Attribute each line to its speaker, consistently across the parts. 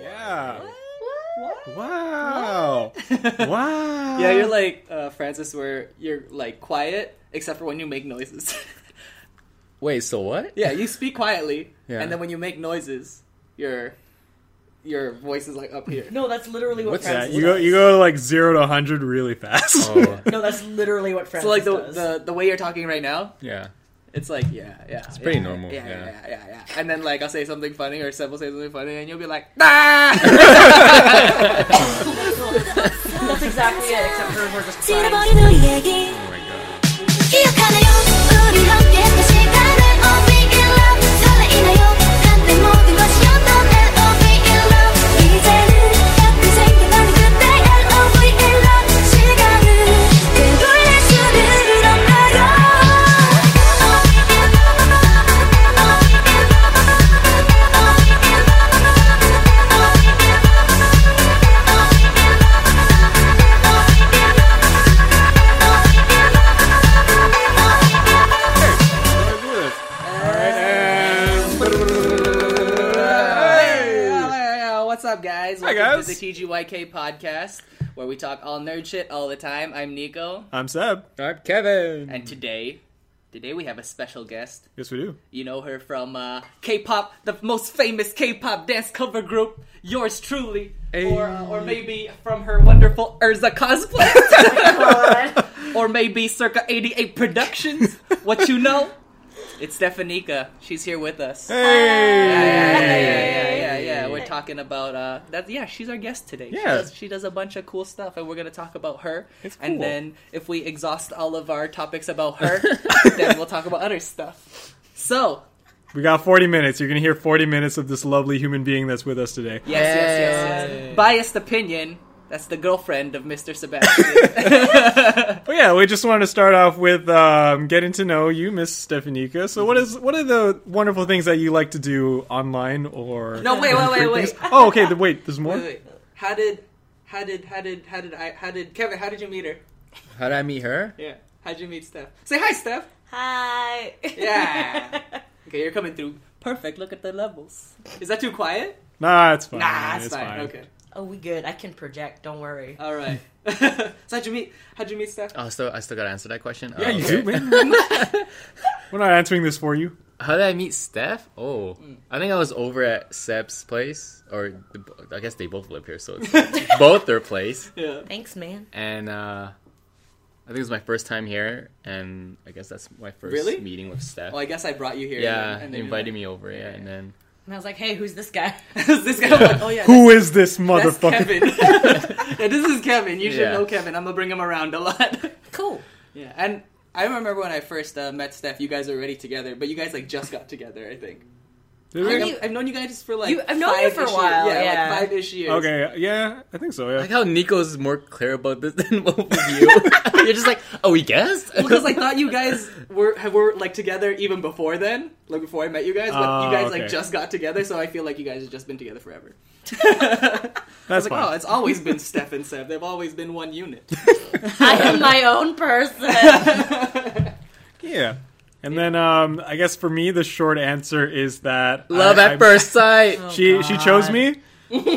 Speaker 1: Yeah.
Speaker 2: What?
Speaker 1: Wow. wow.
Speaker 3: Yeah, you're like uh, Francis, where you're like quiet except for when you make noises.
Speaker 1: Wait, so what?
Speaker 3: yeah, you speak quietly,
Speaker 1: Yeah.
Speaker 3: and then when you make noises, your your voice is like up here.
Speaker 2: No, that's literally what
Speaker 1: What's
Speaker 2: Francis
Speaker 1: that? You go,
Speaker 2: does.
Speaker 1: you go like zero to hundred really fast.
Speaker 4: Oh,
Speaker 2: No, that's literally what Francis
Speaker 3: So like the,
Speaker 2: does.
Speaker 3: the the way you're talking right now,
Speaker 1: yeah.
Speaker 3: it's like yeah, yeah. It's
Speaker 4: pretty normal,
Speaker 3: Yeah, yeah,
Speaker 4: yeah.
Speaker 3: yeah, yeah, yeah. And then like I'll say something funny or Seb will say something funny, and you'll be like, ah!
Speaker 2: That's exactly it, except for we're just crying.
Speaker 5: 지나버린 우리 얘기
Speaker 4: oh my god.
Speaker 5: 기억하나요 우리 함께 했던 시간을 Oh be in love 설레이나요 한때 모든 것이었던 L.O.V. in love 이제는 가끔 생각나는 그때 L.O.V. in love 시간을 되돌릴 수는 없나요 L.O.V. in love L.O.V. in love L.O.V. in love L.O.V. in love L.O.V. in love L.O.V. in love
Speaker 3: What's up, guys?
Speaker 1: Hi,
Speaker 3: Welcome
Speaker 1: guys.
Speaker 3: to the TGYK podcast, where we talk all nerd shit all the time. I'm Nico,
Speaker 1: I'm Seb.
Speaker 4: I'm Kevin.
Speaker 3: and today, today we have a special guest.
Speaker 1: Yes, we do.
Speaker 3: You know her from uh, K-pop, the most famous K-pop dance cover group, Yours Truly, or uh, or maybe from her wonderful Urza cosplay, or maybe circa '88 Productions. What you know? It's Stefanika. She's here with us.
Speaker 1: Hey.
Speaker 3: Yeah, yeah, yeah, yeah. We're talking about uh, that. Yeah, she's our guest today. she
Speaker 1: Yeah.
Speaker 3: does, she does a bunch of cool stuff, and we're gonna talk about her.
Speaker 1: It's
Speaker 3: And
Speaker 1: cool.
Speaker 3: then if we exhaust all of our topics about her, then we'll talk about other stuff. So
Speaker 1: We got 40 minutes. You're gonna hear 40 minutes of this lovely human being that's with us today.
Speaker 3: yes, yes, yes, yes. Biased opinion. That's the girlfriend of Mr. Sebastian.
Speaker 1: But yeah, we just wanted to start off with um, getting to know you, Miss Stefanika. So, what is what are the wonderful things that you like to do online or?
Speaker 3: no, wait, wait, wait, wait.
Speaker 1: Oh, okay. The, wait, there's more.
Speaker 3: wait, wait. How did, how did, how did, how did I, how did Kevin? How did you meet her?
Speaker 4: How did I meet her?
Speaker 3: Yeah. How'd you meet Steph? Say hi, Steph.
Speaker 2: Hi.
Speaker 3: Yeah. Okay, you're coming through. Perfect. Look at the levels. Is that too quiet?
Speaker 1: Nah, it's fine.
Speaker 3: Nah, it's,
Speaker 1: it's
Speaker 3: fine. Okay.
Speaker 2: oh, we good. I can project. Don't worry.
Speaker 3: All right. so how'd you meet? How'd you meet Steph?
Speaker 4: Oh, so I still gotta answer that question.
Speaker 1: Yeah,
Speaker 4: Oh,
Speaker 1: you
Speaker 4: okay.
Speaker 1: do, man. We're not answering this for you.
Speaker 4: How did I meet Steph? Oh, I think I was over at Seb's place, or the, I guess they both live here, so it's both their place.
Speaker 3: Yeah.
Speaker 2: Thanks, man.
Speaker 4: And uh, I think it was my first time here, and I guess that's my first
Speaker 3: Really?
Speaker 4: meeting with Steph.
Speaker 3: Well, I guess I brought you here.
Speaker 4: yeah,
Speaker 3: and
Speaker 4: they
Speaker 3: then
Speaker 4: invited me over, yeah, and then
Speaker 2: And I was like, hey, who's this guy?
Speaker 3: this guy. I'm like, oh yeah.
Speaker 1: Who is this
Speaker 3: That's
Speaker 1: motherfucker?
Speaker 3: Kevin. yeah, this is Kevin. You should
Speaker 4: Yeah.
Speaker 3: know Kevin. I'm gonna bring him around a lot.
Speaker 2: cool.
Speaker 3: yeah, and I remember when I first uh, met Steph. You guys were already together, but you guys like just got together. I think.
Speaker 1: Did
Speaker 3: Like,
Speaker 1: we-
Speaker 2: I
Speaker 3: I've, I've known you guys for like
Speaker 2: You- I've known you for a
Speaker 3: five-ish
Speaker 2: while,
Speaker 3: years.
Speaker 2: yeah.
Speaker 3: like five ish years.
Speaker 1: Okay, yeah, I think so.
Speaker 4: I
Speaker 1: Yeah,
Speaker 4: like how Nico's more clear about this than both of you. You're just like, oh, we guessed.
Speaker 3: because I thought you guys were have, were like together even before then, like before I met you guys. But
Speaker 1: Ah,
Speaker 3: you guys
Speaker 1: okay.
Speaker 3: like just got together, so I feel like you guys have just been together forever. I
Speaker 1: that's
Speaker 3: was like, oh,
Speaker 1: fine.
Speaker 3: it's always been Steph and Seb. They've always been one unit.
Speaker 2: I am my own person.
Speaker 1: yeah, and then um, I guess for me, the short answer is that
Speaker 4: Love
Speaker 1: I-
Speaker 4: at
Speaker 1: I'm-
Speaker 4: first sight.
Speaker 1: She
Speaker 3: Oh,
Speaker 1: she chose me.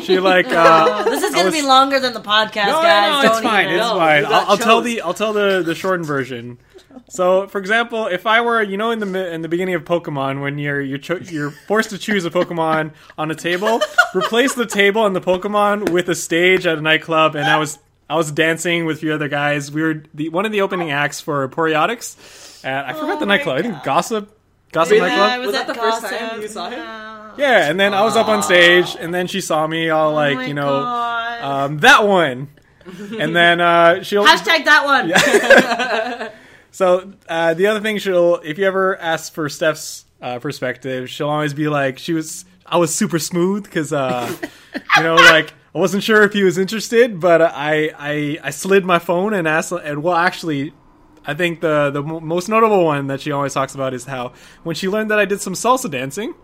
Speaker 1: She like uh,
Speaker 2: this is going to
Speaker 1: was-
Speaker 2: be longer than the podcast,
Speaker 1: no,
Speaker 2: guys.
Speaker 1: no, no,
Speaker 2: Don't
Speaker 1: it's fine.
Speaker 2: even-
Speaker 1: It's
Speaker 3: No,
Speaker 1: fine.
Speaker 3: you got
Speaker 1: I'll, I'll tell
Speaker 3: chose.
Speaker 1: the I'll tell the the shortened version. So, for example, if I were, you know, in the mi- in the beginning of Pokemon, when you're you're cho- you're forced to choose a Pokemon on a table, replace the table and the Pokemon with a stage at a nightclub, and I was I was dancing with a few other guys. We were the one of the opening acts for Poriotics, and I
Speaker 2: Oh
Speaker 1: forgot the nightclub. I think Gossip Gossip
Speaker 3: Really?
Speaker 1: nightclub.
Speaker 2: I
Speaker 3: Was
Speaker 2: at
Speaker 3: that the first time
Speaker 2: Gossip. Oh
Speaker 3: you saw him?
Speaker 2: No.
Speaker 1: Yeah, and then I was up on stage, and then she saw me all like,
Speaker 2: Oh my
Speaker 1: you know,
Speaker 2: God.
Speaker 1: um, that one. And then uh, she'll.
Speaker 2: Hashtag that one.
Speaker 1: So uh, the other thing she'll, if you ever ask for Steph's uh, perspective, she'll always be like, she was, I was super smooth because, uh, you know, like I wasn't sure if he was interested, but I, I, I slid my phone and asked, and well, actually. I think the the mo- most notable one that she always talks about is how when she learned that I did some salsa dancing,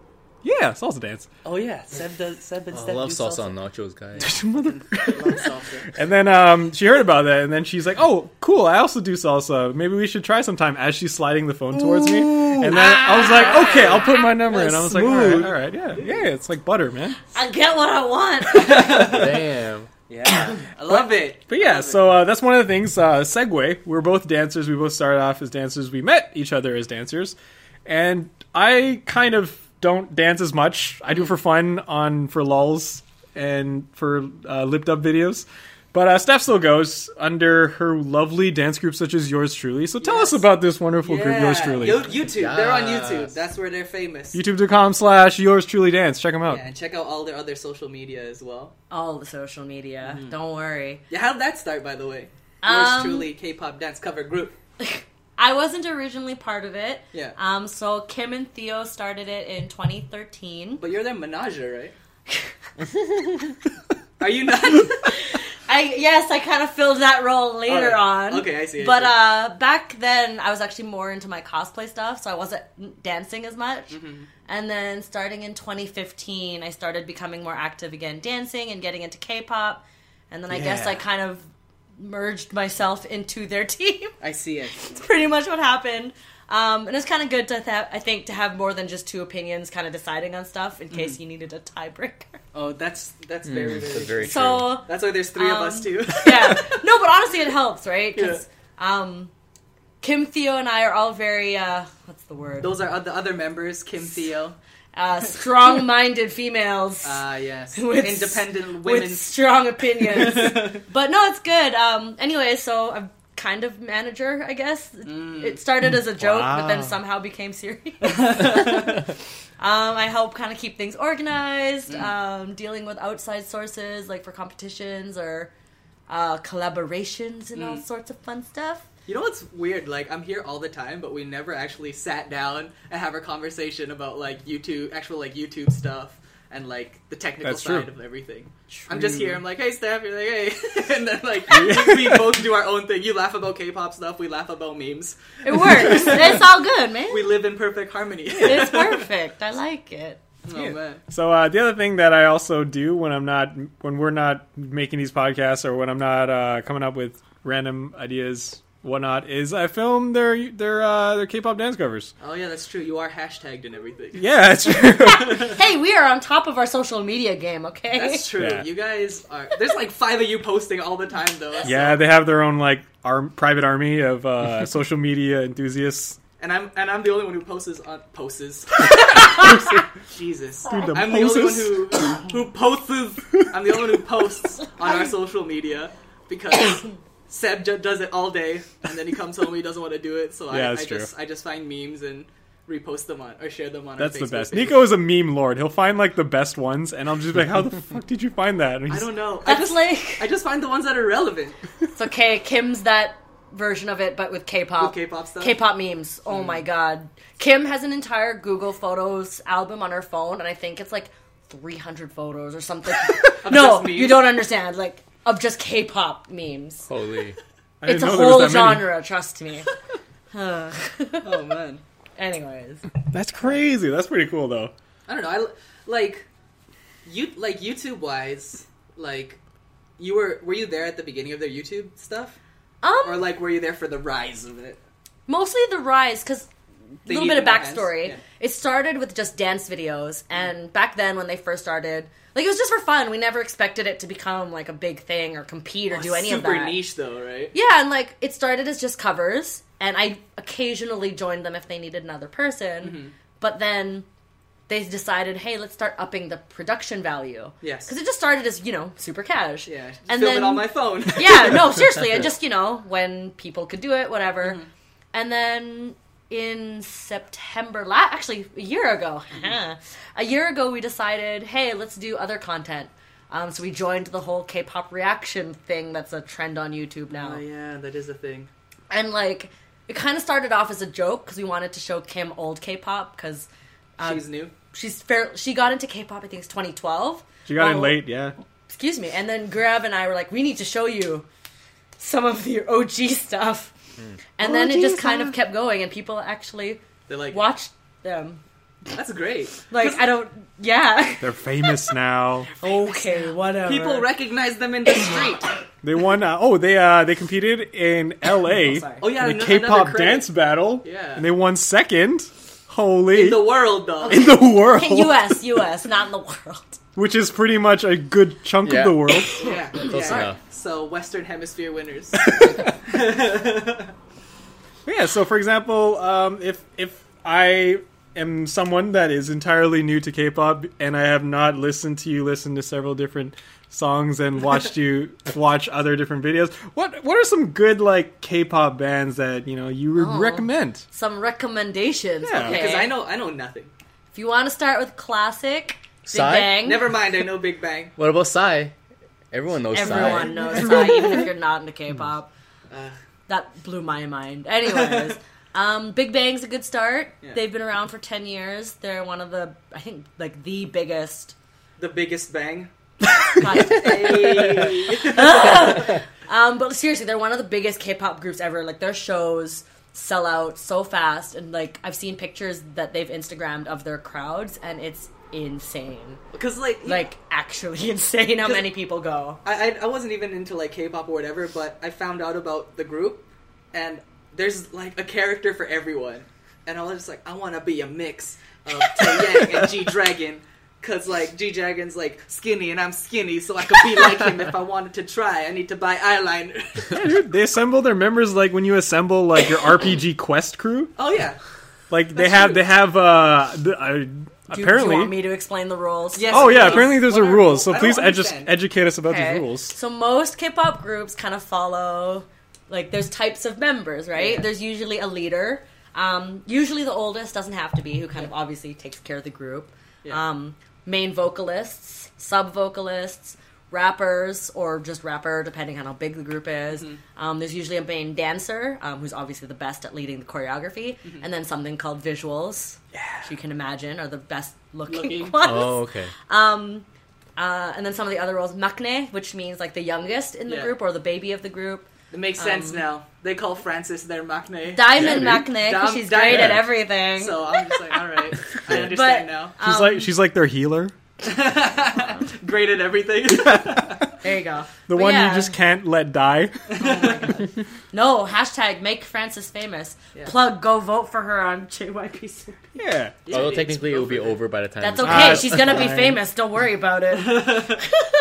Speaker 1: Yeah, salsa dance.
Speaker 3: Oh yeah, Seb does. Seb and
Speaker 4: I
Speaker 3: Steph
Speaker 4: love
Speaker 3: do
Speaker 4: salsa on nachos, guys.
Speaker 1: Mother-
Speaker 3: Love salsa.
Speaker 1: and then um, she heard about that, and then she's like, "Oh, cool! I also do salsa. Maybe we should try sometime." As she's sliding the phone towards me, and then I was like, "Okay, I'll put my number." in. I was like, all right, "All right, yeah, yeah, it's like butter, man."
Speaker 2: I get what I want.
Speaker 4: Damn.
Speaker 3: Yeah, I love it.
Speaker 1: But yeah, so uh, that's one of the things. Uh, segue. We're both dancers. We both started off as dancers. We met each other as dancers, and I kind of don't dance as much. I do for fun on for lulls and for uh, lipped up videos. But uh, Steph still goes under her lovely dance group, such as yours truly. So tell us about this wonderful group, yours truly.
Speaker 3: Yo- YouTube. They're on
Speaker 4: Yes.
Speaker 3: YouTube. That's where they're famous.
Speaker 1: YouTube.com slash yours truly dance. Check them out.
Speaker 3: Yeah, and check out all their other social media as well.
Speaker 2: All the social media.
Speaker 1: Mm-hmm.
Speaker 2: Don't worry.
Speaker 3: Yeah, how'd that start, by the way? Yours
Speaker 2: Um,
Speaker 3: truly K-pop dance cover group.
Speaker 2: I wasn't originally part of it.
Speaker 3: Yeah.
Speaker 2: Um. So Kim and Theo started it in 2013.
Speaker 3: But you're their menager, right? Are you not?
Speaker 2: I yes, I kind of filled that role later
Speaker 3: Alright.
Speaker 2: on.
Speaker 3: Oh, Okay, I see, I
Speaker 2: But
Speaker 3: see.
Speaker 2: uh, back then, I was actually more into my cosplay stuff, so I wasn't dancing as much.
Speaker 3: Mm-hmm.
Speaker 2: And then starting in 2015, I started becoming more active again, dancing and getting into K-pop. And then I guess
Speaker 1: Yeah.
Speaker 2: I kind of merged myself into their team.
Speaker 3: I see it.
Speaker 2: It's pretty much what happened. Um, and it's kind of good to th- I think to have more than just two opinions, kind of deciding on stuff in case you needed a tiebreaker.
Speaker 3: Oh, that's that's very
Speaker 4: Hmm, That's
Speaker 3: very.
Speaker 4: very true.
Speaker 2: So
Speaker 3: That's why there's three of
Speaker 2: Um,
Speaker 3: us too.
Speaker 2: yeah. No, but honestly, it helps, right? Because um, Kim, Theo, and I are all very uh, what's the word?
Speaker 3: Those are oth- the other members, Kim Theo.
Speaker 2: Uh, strong-minded females
Speaker 3: Uh yes.
Speaker 2: With-
Speaker 3: Independent women.
Speaker 2: with strong opinions. but no, it's good. Um, anyway, so I'm kind of manager, I guess.
Speaker 3: Mm.
Speaker 2: It started as a joke, but then
Speaker 1: Wow.
Speaker 2: somehow became serious. Um, I help kind of keep things organized,
Speaker 3: Mm.
Speaker 2: um, dealing with outside sources like for competitions or uh, collaborations and
Speaker 3: Mm.
Speaker 2: all sorts of fun stuff.
Speaker 3: you know what's weird? Like I'm here all the time, but we never actually sat down and have a conversation about like YouTube, actual like YouTube stuff. And like the technical
Speaker 1: That's true.
Speaker 3: side of everything, I'm just here. I'm like, "Hey, Steph," you're like, "Hey," and then like we both do our own thing. You laugh about K-pop stuff, we laugh about memes.
Speaker 2: It works. it's all good, man.
Speaker 3: We live in perfect harmony.
Speaker 2: It's perfect. I like it.
Speaker 3: oh man,
Speaker 1: So uh, the other thing that I also do when I'm not when we're not making these podcasts or when I'm not uh, coming up with random ideas whatnot is I film their their uh, their K-pop dance covers.
Speaker 3: oh yeah, that's true. You are hashtagged and everything.
Speaker 1: Yeah, that's true.
Speaker 2: Hey, we are on top of our social media game, okay?
Speaker 3: That's true.
Speaker 1: Yeah.
Speaker 3: You guys are. There's like five of you posting all the time, though. so-
Speaker 1: yeah, they have their own like arm, private army of uh, social media enthusiasts.
Speaker 3: And I'm and I'm the only one who posts on posts. Jesus.
Speaker 1: the
Speaker 3: I'm the only one
Speaker 1: poses.
Speaker 3: who who posts. I'm the only one who posts on our social media because Seb ju- does it all day, and then he comes home. He doesn't want to do it, so
Speaker 1: Yeah,
Speaker 3: I, I
Speaker 1: that's true.
Speaker 3: just I just find memes and repost them on or share them on.
Speaker 1: That's
Speaker 3: our
Speaker 1: the
Speaker 3: Facebook
Speaker 1: best.
Speaker 3: page.
Speaker 1: Nico is a meme lord. He'll find like the best ones, and I'm just like, how the fuck did you find that? And
Speaker 3: I
Speaker 1: he's-
Speaker 3: don't know. I
Speaker 2: That's
Speaker 3: just
Speaker 2: like
Speaker 3: I just find the ones that are relevant.
Speaker 2: it's okay. Kim's that version of it, but with K-pop.
Speaker 3: With K-pop stuff? Hmm.
Speaker 2: K-pop memes. Oh my god. Kim has an entire Google Photos album on her phone, and I think it's like 300 photos or something. no,
Speaker 3: just memes?
Speaker 2: you don't understand. Like of just K-pop memes.
Speaker 4: Holy.
Speaker 1: I didn't
Speaker 2: It's a
Speaker 1: know there was
Speaker 2: whole
Speaker 1: that many.
Speaker 2: genre. Trust me. Ugh.
Speaker 3: Oh man.
Speaker 2: Anyways,
Speaker 1: That's crazy. That's pretty cool though.
Speaker 3: I don't know. I l- like you like YouTube wise. Like you were were you there at the beginning of their YouTube stuff,
Speaker 2: um,
Speaker 3: or like were you there for the rise of it?
Speaker 2: mostly the rise because a
Speaker 3: They
Speaker 2: little
Speaker 3: need
Speaker 2: bit of
Speaker 3: more hands,
Speaker 2: backstory
Speaker 3: yeah.
Speaker 2: it started with just dance videos and back then when they first started like it was just for fun we never expected it to become like a big thing or compete or do any
Speaker 3: Oh, super
Speaker 2: of that
Speaker 3: niche though, right?
Speaker 2: yeah and like it started as just covers and i occasionally joined them if they needed another person
Speaker 3: Mm-hmm.
Speaker 2: but then they decided hey let's start upping the production value
Speaker 3: Yes.
Speaker 2: because it just started as you know super cash
Speaker 3: Yeah, film
Speaker 2: and then
Speaker 3: it on my phone.
Speaker 2: yeah, no, seriously. I just, you know, when people could do it, whatever.
Speaker 3: Mm-hmm.
Speaker 2: And then in September, la- actually, a year ago,
Speaker 3: Uh-huh.
Speaker 2: a year ago, we decided, hey, let's do other content. Um, so we joined the whole K pop reaction thing that's a trend on YouTube now.
Speaker 3: Oh yeah, that is a thing.
Speaker 2: And, like, it kind of started off as a joke because we wanted to show Kim old K pop because Um,
Speaker 3: She's new.
Speaker 2: she's fair. She got into K pop, I think it's 2012.
Speaker 1: She got
Speaker 2: Oh,
Speaker 1: in late. Yeah,
Speaker 2: excuse me. And then Grab and I were like, we need to show you some of your OG stuff.
Speaker 1: Hmm.
Speaker 2: And then it just kind of kept going, and people actually
Speaker 3: They like
Speaker 2: watched them.
Speaker 3: That's great.
Speaker 2: Like I don't. Yeah.
Speaker 1: They're famous now.
Speaker 2: okay. Whatever.
Speaker 3: People recognize them in the street.
Speaker 1: They won. Uh, oh, they uh, they competed in L.A.
Speaker 2: sorry.
Speaker 3: Oh yeah,
Speaker 1: in
Speaker 3: ano-
Speaker 1: the
Speaker 3: another
Speaker 1: K-pop
Speaker 3: credit.
Speaker 1: dance battle.
Speaker 3: Yeah.
Speaker 1: and they won second. Holy
Speaker 3: in the world though.
Speaker 1: in the world,
Speaker 2: Okay, U.S. U.S. Not in the world.
Speaker 1: which is pretty much a good chunk
Speaker 4: Yeah.
Speaker 1: of the world.
Speaker 3: yeah,
Speaker 4: Close
Speaker 3: yeah.
Speaker 4: enough.
Speaker 3: So Western Hemisphere winners.
Speaker 1: Yeah. So, for example, um, if if I am someone that is entirely new to K-pop and I have not listened to you listen to several different songs and watched you watch other different videos, what what are some good like K-pop bands that you know you would
Speaker 2: Oh.
Speaker 1: recommend?
Speaker 2: Some recommendations.
Speaker 1: Yeah.
Speaker 2: okay.
Speaker 3: Because I know I know nothing.
Speaker 2: If you want to start with classic, Big
Speaker 4: Psy?
Speaker 2: Bang.
Speaker 3: Never mind, I know Big Bang.
Speaker 4: What about Psy? Everyone knows
Speaker 2: Everyone
Speaker 4: Psy.
Speaker 2: knows Psy, even if you're not into K-pop. that blew my mind. Anyways, um, Big Bang's a good start.
Speaker 3: Yeah.
Speaker 2: They've been around for ten years. They're one of the, I think, like the biggest.
Speaker 3: The biggest bang.
Speaker 2: um, but seriously, they're one of the biggest K-pop groups ever. Like their shows sell out so fast, and like I've seen pictures that they've Instagrammed of their crowds, and it's insane.
Speaker 3: Because like you-
Speaker 2: Like actually insane how many people go.
Speaker 3: I, I I wasn't even into like K-pop or whatever, but I found out about the group, and there's like a character for everyone, and I was just like, I want to be a mix of Taeyang and G Dragon, cause like G Dragon's like skinny and I'm skinny, so I could be like him if I wanted to try. I need to buy eyeliner.
Speaker 1: Dude, they assemble their members like when you assemble like your RPG quest crew.
Speaker 3: oh yeah,
Speaker 1: Like they have they have uh, the, uh
Speaker 2: Do,
Speaker 1: apparently.
Speaker 2: do you want me to explain the rules?
Speaker 3: Yes.
Speaker 1: Oh yeah,
Speaker 3: Please.
Speaker 1: apparently those are
Speaker 3: What are
Speaker 1: rules.
Speaker 3: rules? I
Speaker 1: So
Speaker 3: don't
Speaker 1: please edu-
Speaker 3: understand.
Speaker 1: educate us about
Speaker 2: Okay.
Speaker 1: these rules.
Speaker 2: So most K-pop groups kind of follow like there's types of members, right? There's usually a leader. Um, usually the oldest doesn't have to be who kind of obviously takes care of the group.
Speaker 3: Yeah.
Speaker 2: Um, main vocalists, sub vocalists, rappers, or just rapper depending on how big the group is. Um, there's usually a main dancer um, who's obviously the best at leading the choreography, and then something called visuals, which you can imagine are the best looking,
Speaker 3: Looking.
Speaker 2: ones.
Speaker 4: Oh, okay.
Speaker 2: Uh, and then some of the other roles, makne, which means like the youngest in the
Speaker 3: Yeah.
Speaker 2: group or the baby of the group.
Speaker 3: it makes sense now. They call Francis their maknae.
Speaker 2: Diamond
Speaker 4: Yeah,
Speaker 2: makne, 'cause
Speaker 3: Dom-
Speaker 2: she's
Speaker 3: Diamond.
Speaker 2: great at everything.
Speaker 3: so I'm just like, all right, I
Speaker 2: but
Speaker 3: understand now.
Speaker 1: She's
Speaker 2: Um,
Speaker 1: like she's like their healer,
Speaker 3: Great at everything.
Speaker 2: there you go.
Speaker 1: the
Speaker 2: But
Speaker 1: one
Speaker 2: yeah.
Speaker 1: you just can't let die.
Speaker 2: no hashtag make Francis famous.
Speaker 3: Yeah.
Speaker 2: Plug go vote for her on JYPC.
Speaker 1: yeah,
Speaker 4: Although technically it will be over by the time.
Speaker 2: That's
Speaker 4: this-
Speaker 2: okay.
Speaker 1: Ah,
Speaker 2: she's gonna be
Speaker 1: fine.
Speaker 2: famous. Don't worry about it.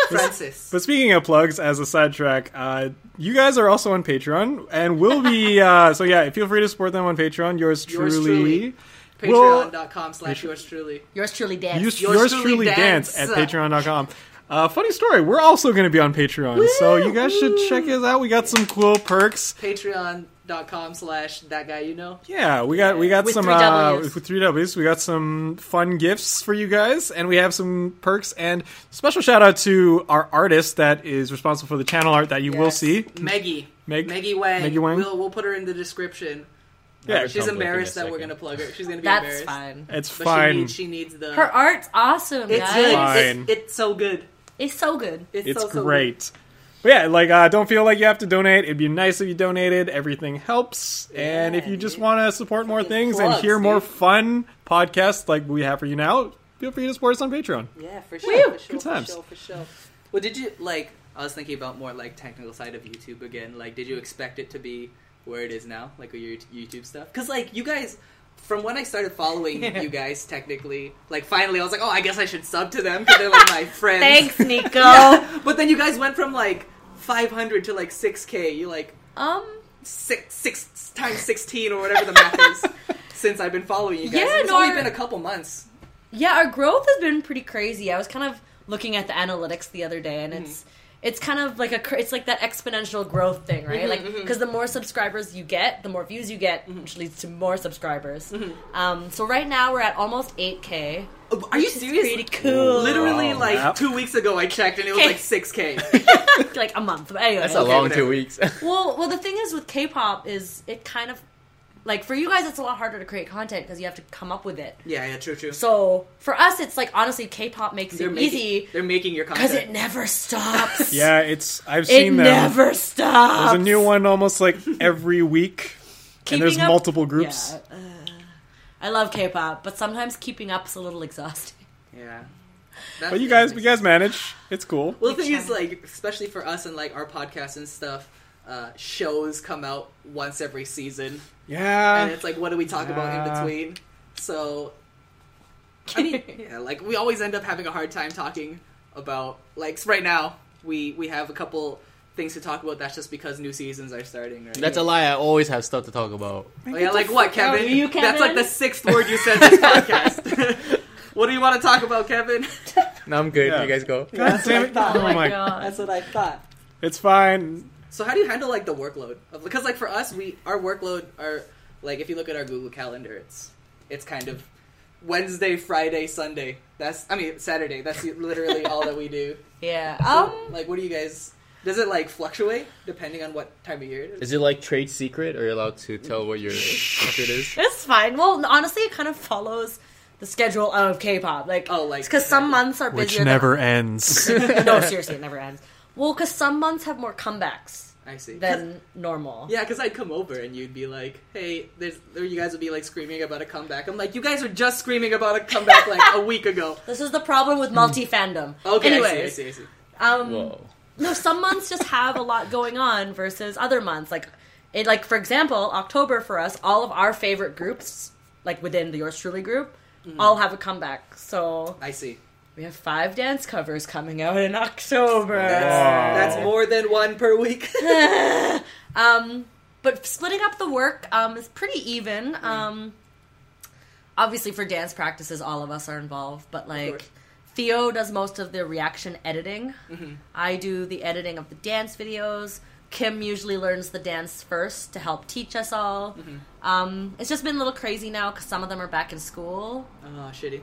Speaker 3: Francis.
Speaker 1: But speaking of plugs, as a sidetrack, uh, you guys are also on Patreon, and we'll be uh, so yeah. Feel free to support them on Patreon. Yours truly,
Speaker 3: Yours truly.
Speaker 1: Well-
Speaker 3: Patreon.com slash yours truly.
Speaker 2: Yours truly, Dan.
Speaker 1: Yours,
Speaker 3: Yours
Speaker 1: yours
Speaker 3: truly
Speaker 1: truly
Speaker 3: dance.
Speaker 1: dance, at patreon.com. Uh, funny story, we're also going to be on Patreon, so you guys should check us out. We got some cool perks.
Speaker 3: Patreon.com slash that guy you know.
Speaker 1: Yeah, we got we got
Speaker 2: With
Speaker 1: some
Speaker 2: three
Speaker 1: uh,
Speaker 2: Ws.
Speaker 1: with three W's. We got some fun gifts for you guys, and we have some perks. And special shout out to our artist that is responsible for the channel art that you will
Speaker 3: Yes.
Speaker 1: see.
Speaker 3: Maggie.
Speaker 1: Meg-
Speaker 3: Maggie Wang.
Speaker 1: Maggie Wang.
Speaker 3: We'll, we'll put her in the description.
Speaker 1: Yeah,
Speaker 3: She's
Speaker 4: Tumblr in a
Speaker 3: embarrassed that we're
Speaker 4: second.
Speaker 3: going to plug her. She's going to be
Speaker 2: That's
Speaker 3: embarrassed.
Speaker 2: fine.
Speaker 1: it's
Speaker 3: But She,
Speaker 1: fine.
Speaker 3: needs, she needs the.
Speaker 2: Her art's awesome,
Speaker 3: it's
Speaker 2: guys.
Speaker 1: Fine.
Speaker 3: good. It's, it's so good.
Speaker 2: It's so good.
Speaker 3: It's,
Speaker 1: it's
Speaker 3: so, so
Speaker 1: great. But yeah, like uh, don't feel like you have to donate. It'd be nice if you donated. Everything helps. and if you just want to support more
Speaker 3: Fucking
Speaker 1: things
Speaker 3: plugs,
Speaker 1: and hear more
Speaker 3: dude.
Speaker 1: fun podcasts like we have for you now, feel free to support us on Patreon.
Speaker 3: good. Yeah, for sure. For sure,
Speaker 1: Good
Speaker 3: for
Speaker 1: times.
Speaker 3: sure, for sure. Well, did you, like, I was thinking about more, like, technical side of YouTube again. Like, did you expect it to be where it is now? Like, with your YouTube stuff? Because, like, you guys. From when I started following you guys, technically, like finally, I was like, "Oh, I guess I should sub to them because they're like my friends."
Speaker 2: Thanks, Nico.
Speaker 3: But then you guys went from like 500 to like 6k. You like
Speaker 2: Um.
Speaker 3: six six times 16 or whatever the math is since I've been following you guys.
Speaker 2: Yeah,
Speaker 3: it's
Speaker 2: no,
Speaker 3: only
Speaker 2: I-
Speaker 3: been a couple months.
Speaker 2: Yeah, our growth has been pretty crazy. I was kind of looking at the analytics the other day, and
Speaker 3: Mm-hmm.
Speaker 2: it's it's kind of like a cr- it's like that exponential growth thing,
Speaker 3: Mm-hmm,
Speaker 2: right? like because the more subscribers you get, the more views you get, which leads to more subscribers. Um, so right now we're at almost eight k.
Speaker 3: Oh, Mm-hmm. Are you serious?
Speaker 2: Pretty cool.
Speaker 3: Literally,
Speaker 1: Wow.
Speaker 3: like
Speaker 1: Oh, Yep.
Speaker 3: two weeks ago, I checked and it was
Speaker 2: Okay.
Speaker 3: like 6k.
Speaker 2: like a month. But anyway,
Speaker 4: That's a long
Speaker 3: whatever.
Speaker 4: two weeks.
Speaker 2: Well, well, the thing is with K-pop is it kind of like for you guys it's a lot harder to create content because you have to come up with it.
Speaker 3: yeah, yeah, true, true.
Speaker 2: So for us, it's like honestly, K-pop makes
Speaker 3: they're
Speaker 2: it
Speaker 3: making,
Speaker 2: easy
Speaker 3: They're making your
Speaker 2: because it
Speaker 3: content.
Speaker 2: never stops.
Speaker 1: Yeah, it's I've
Speaker 2: It
Speaker 1: seen them.
Speaker 2: never stops.
Speaker 1: There's a new one almost like every week, and there's
Speaker 2: Keeping up-
Speaker 1: multiple groups.
Speaker 2: Yeah, uh, I I love K-pop, but sometimes keeping up's a little exhausting.
Speaker 3: Yeah.
Speaker 1: But you guys, you guys manage. It's cool.
Speaker 3: Well, the thing is, like, especially for us and like our podcasts and stuff, uh, shows come out once every season, and
Speaker 1: Yeah.
Speaker 3: it's like, what do we talk
Speaker 1: Uh, Yeah.
Speaker 3: about in between? So, I mean, yeah, like we always end up having a hard time talking about like right now. We we have a couple things to talk about. That's just because new seasons are starting. Right?
Speaker 4: That's a lie. I always have stuff to talk about.
Speaker 3: Oh, yeah, like what,
Speaker 2: out,
Speaker 3: Kevin?
Speaker 2: you,
Speaker 3: That's like
Speaker 2: Kevin.
Speaker 3: the sixth word you said this podcast. what do you want to talk about, Kevin?
Speaker 4: No, I'm good.
Speaker 1: Yeah.
Speaker 4: You guys go.
Speaker 1: God damn it.
Speaker 3: thought.
Speaker 1: Oh my-
Speaker 2: god.
Speaker 3: what I thought.
Speaker 1: It's fine.
Speaker 3: So how do you handle like the workload? Because like for us, we our workload are like if you look at our Google Calendar, it's it's kind of Wednesday, Friday, Sunday. That's I mean Saturday. That's literally all that we do.
Speaker 2: Yeah.
Speaker 3: So,
Speaker 2: Um.
Speaker 3: like, what do you guys? Does it like fluctuate depending on what time of year it is?
Speaker 4: Is it like trade secret, or you're allowed to tell what your secret is?
Speaker 2: It's fine. Well, honestly, it kind of follows the schedule of K-pop. Like,
Speaker 3: Oh, like-
Speaker 2: because some months are busier. than-
Speaker 1: ends.
Speaker 2: no, seriously, it never ends. Well, because some months have more comebacks
Speaker 3: I see.
Speaker 2: than normal.
Speaker 3: Yeah, because I'd come over and you'd be like, "Hey, there's," or you guys would be like screaming about a comeback. I'm like, "You guys were just screaming about a comeback like a week ago."
Speaker 2: This is the problem with multi fandom.
Speaker 3: Okay,
Speaker 2: Anyways,
Speaker 3: I see, I see, I see.
Speaker 2: um,
Speaker 4: Whoa.
Speaker 2: no, some months just have a lot going on versus other months. Like, it, like for example, October for us, all of our favorite groups, like within the Yours Truly group, all have a comeback. So
Speaker 3: I see.
Speaker 2: we have five dance covers coming out in October.
Speaker 3: That's more than one per week.
Speaker 2: Um, but splitting up the work um, is pretty even. Um, obviously, for dance practices, all of us are involved. But like,
Speaker 3: course.
Speaker 2: Theo does most of the reaction editing. I do the editing of the dance videos. Kim usually learns the dance first to help teach us all. Um, it's just been a little crazy now because some of them are back in school.
Speaker 3: oh, shitty.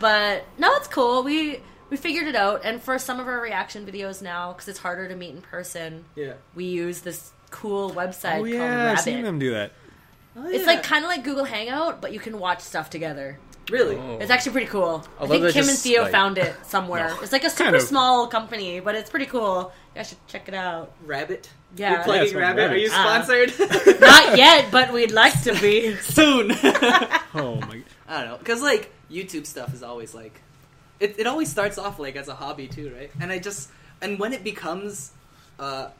Speaker 2: But no, it's cool. We we figured it out. And for some of our reaction videos now, because it's harder to meet in person,
Speaker 3: yeah.
Speaker 2: we use this cool website
Speaker 1: Oh yeah, I've
Speaker 2: called
Speaker 1: seen
Speaker 2: Rabbit.
Speaker 1: them do that.
Speaker 3: Oh,
Speaker 2: It's like kind of like Google Hangout, but you can watch stuff together.
Speaker 3: really.
Speaker 4: Oh.
Speaker 2: It's actually pretty cool. I,
Speaker 4: love
Speaker 2: think
Speaker 4: that
Speaker 2: Kim and
Speaker 4: just,
Speaker 2: Theo
Speaker 4: like-
Speaker 2: found it somewhere. It's like a super
Speaker 1: Kind of.
Speaker 2: small company, but it's pretty cool. You guys should check it out.
Speaker 3: Rabbit.
Speaker 2: Yeah.
Speaker 3: You're plugging
Speaker 1: Yeah, it's
Speaker 3: Rabbit.
Speaker 1: Rabbit.
Speaker 3: Are you
Speaker 2: Ah.
Speaker 3: sponsored?
Speaker 2: Not yet, but we'd like to be.
Speaker 3: Soon. I
Speaker 1: Oh my.
Speaker 3: don't know, because like YouTube stuff is always like, it it always starts off like as a hobby too, right? And I just and when it becomes, uh,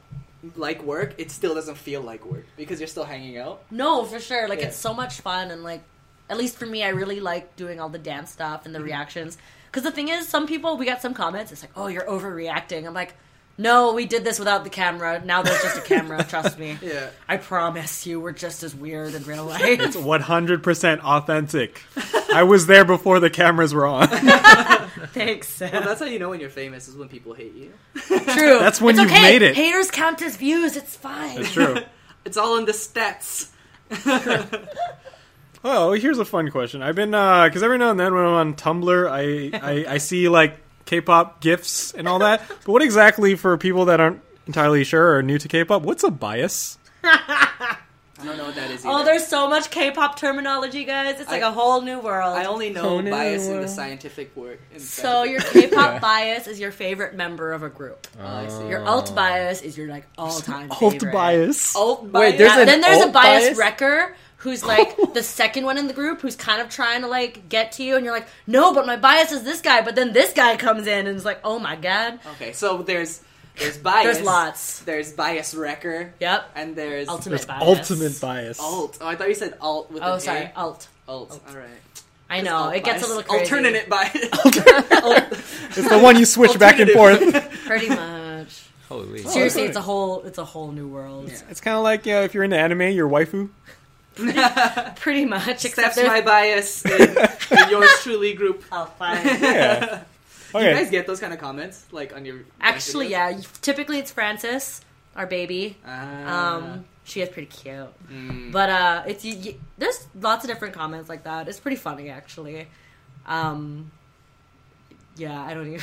Speaker 3: like work, it still doesn't feel like work because you're still hanging out.
Speaker 2: No, for sure. Like
Speaker 3: Yeah.
Speaker 2: it's so much fun, and like at least for me, I really like doing all the dance stuff and the reactions. Because the thing is, some people we got some comments. It's like, oh, you're overreacting. I'm like, no, we did this without the camera. Now there's just a camera. Trust me.
Speaker 3: Yeah.
Speaker 2: I promise you, we're just as weird in real life.
Speaker 1: One hundred percent authentic. I was there before the cameras were on.
Speaker 2: Thanks.
Speaker 3: Well, that's how you know when you're famous is when people hate you.
Speaker 2: True.
Speaker 1: That's when
Speaker 2: it's
Speaker 1: you've
Speaker 2: okay.
Speaker 1: made it.
Speaker 2: Haters count as views. It's fine.
Speaker 1: It's true.
Speaker 3: It's all in the stats.
Speaker 1: Oh, here's a fun question. I've been because every now and then when I'm on Tumblr, I, I I see like K-pop gifs and all that. But what exactly for people that aren't entirely sure or new to K-pop? What's a bias?
Speaker 3: I don't know what that is.
Speaker 2: Oh,
Speaker 3: either.
Speaker 2: there's so much K-pop terminology, guys. It's like
Speaker 3: I-
Speaker 2: a whole new world.
Speaker 3: I only know
Speaker 1: Conan
Speaker 3: bias in the
Speaker 1: world.
Speaker 3: scientific work. in
Speaker 2: so
Speaker 3: scientific-
Speaker 2: your K-pop bias is your favorite member of a group.
Speaker 3: Oh, I see.
Speaker 2: Your alt bias is your like all-time
Speaker 1: Alt
Speaker 2: favorite.
Speaker 1: bias.
Speaker 3: alt bias.
Speaker 4: Wait, there's
Speaker 2: Yeah,
Speaker 4: an
Speaker 2: then there's a
Speaker 4: alt
Speaker 2: bias,
Speaker 4: bias?
Speaker 2: wrecker who's like the second one in the group who's kind of trying to like get to you and you're like, "No, but my bias is this guy." But then this guy comes in and is like, "Oh my god."
Speaker 3: Okay, so there's there's bias.
Speaker 2: There's lots.
Speaker 3: There's bias wrecker.
Speaker 2: Yep.
Speaker 3: And there's
Speaker 2: Ultimate
Speaker 1: There's
Speaker 2: bias.
Speaker 1: ultimate bias.
Speaker 3: alt. Oh, I thought you said alt with
Speaker 2: Oh,
Speaker 3: an
Speaker 2: sorry.
Speaker 3: A.
Speaker 2: Alt.
Speaker 3: Alt. All right.
Speaker 2: I know.
Speaker 3: Alt
Speaker 2: It gets a
Speaker 3: bias.
Speaker 2: little crazy.
Speaker 3: Alternate bias.
Speaker 1: It's the one you switch back and forth.
Speaker 2: Pretty much.
Speaker 4: Holy.
Speaker 2: Seriously,
Speaker 1: Oh, okay.
Speaker 2: it's a whole it's a whole new world.
Speaker 3: Yeah.
Speaker 1: It's kind of like you know, if you're into anime, your waifu.
Speaker 2: Pretty much. Except
Speaker 3: That's
Speaker 2: there's Oh,
Speaker 3: my bias in, in yours truly group.
Speaker 2: I'll find.
Speaker 1: Yeah. Okay.
Speaker 3: You guys get those kind of comments like on your
Speaker 2: Actually, yeah. Typically, it's Frances, our baby.
Speaker 3: Ah.
Speaker 2: Um, she is pretty cute.
Speaker 1: Mm.
Speaker 2: But uh, it's you, you, there's lots of different comments like that. It's pretty funny actually. Um, yeah, I don't even.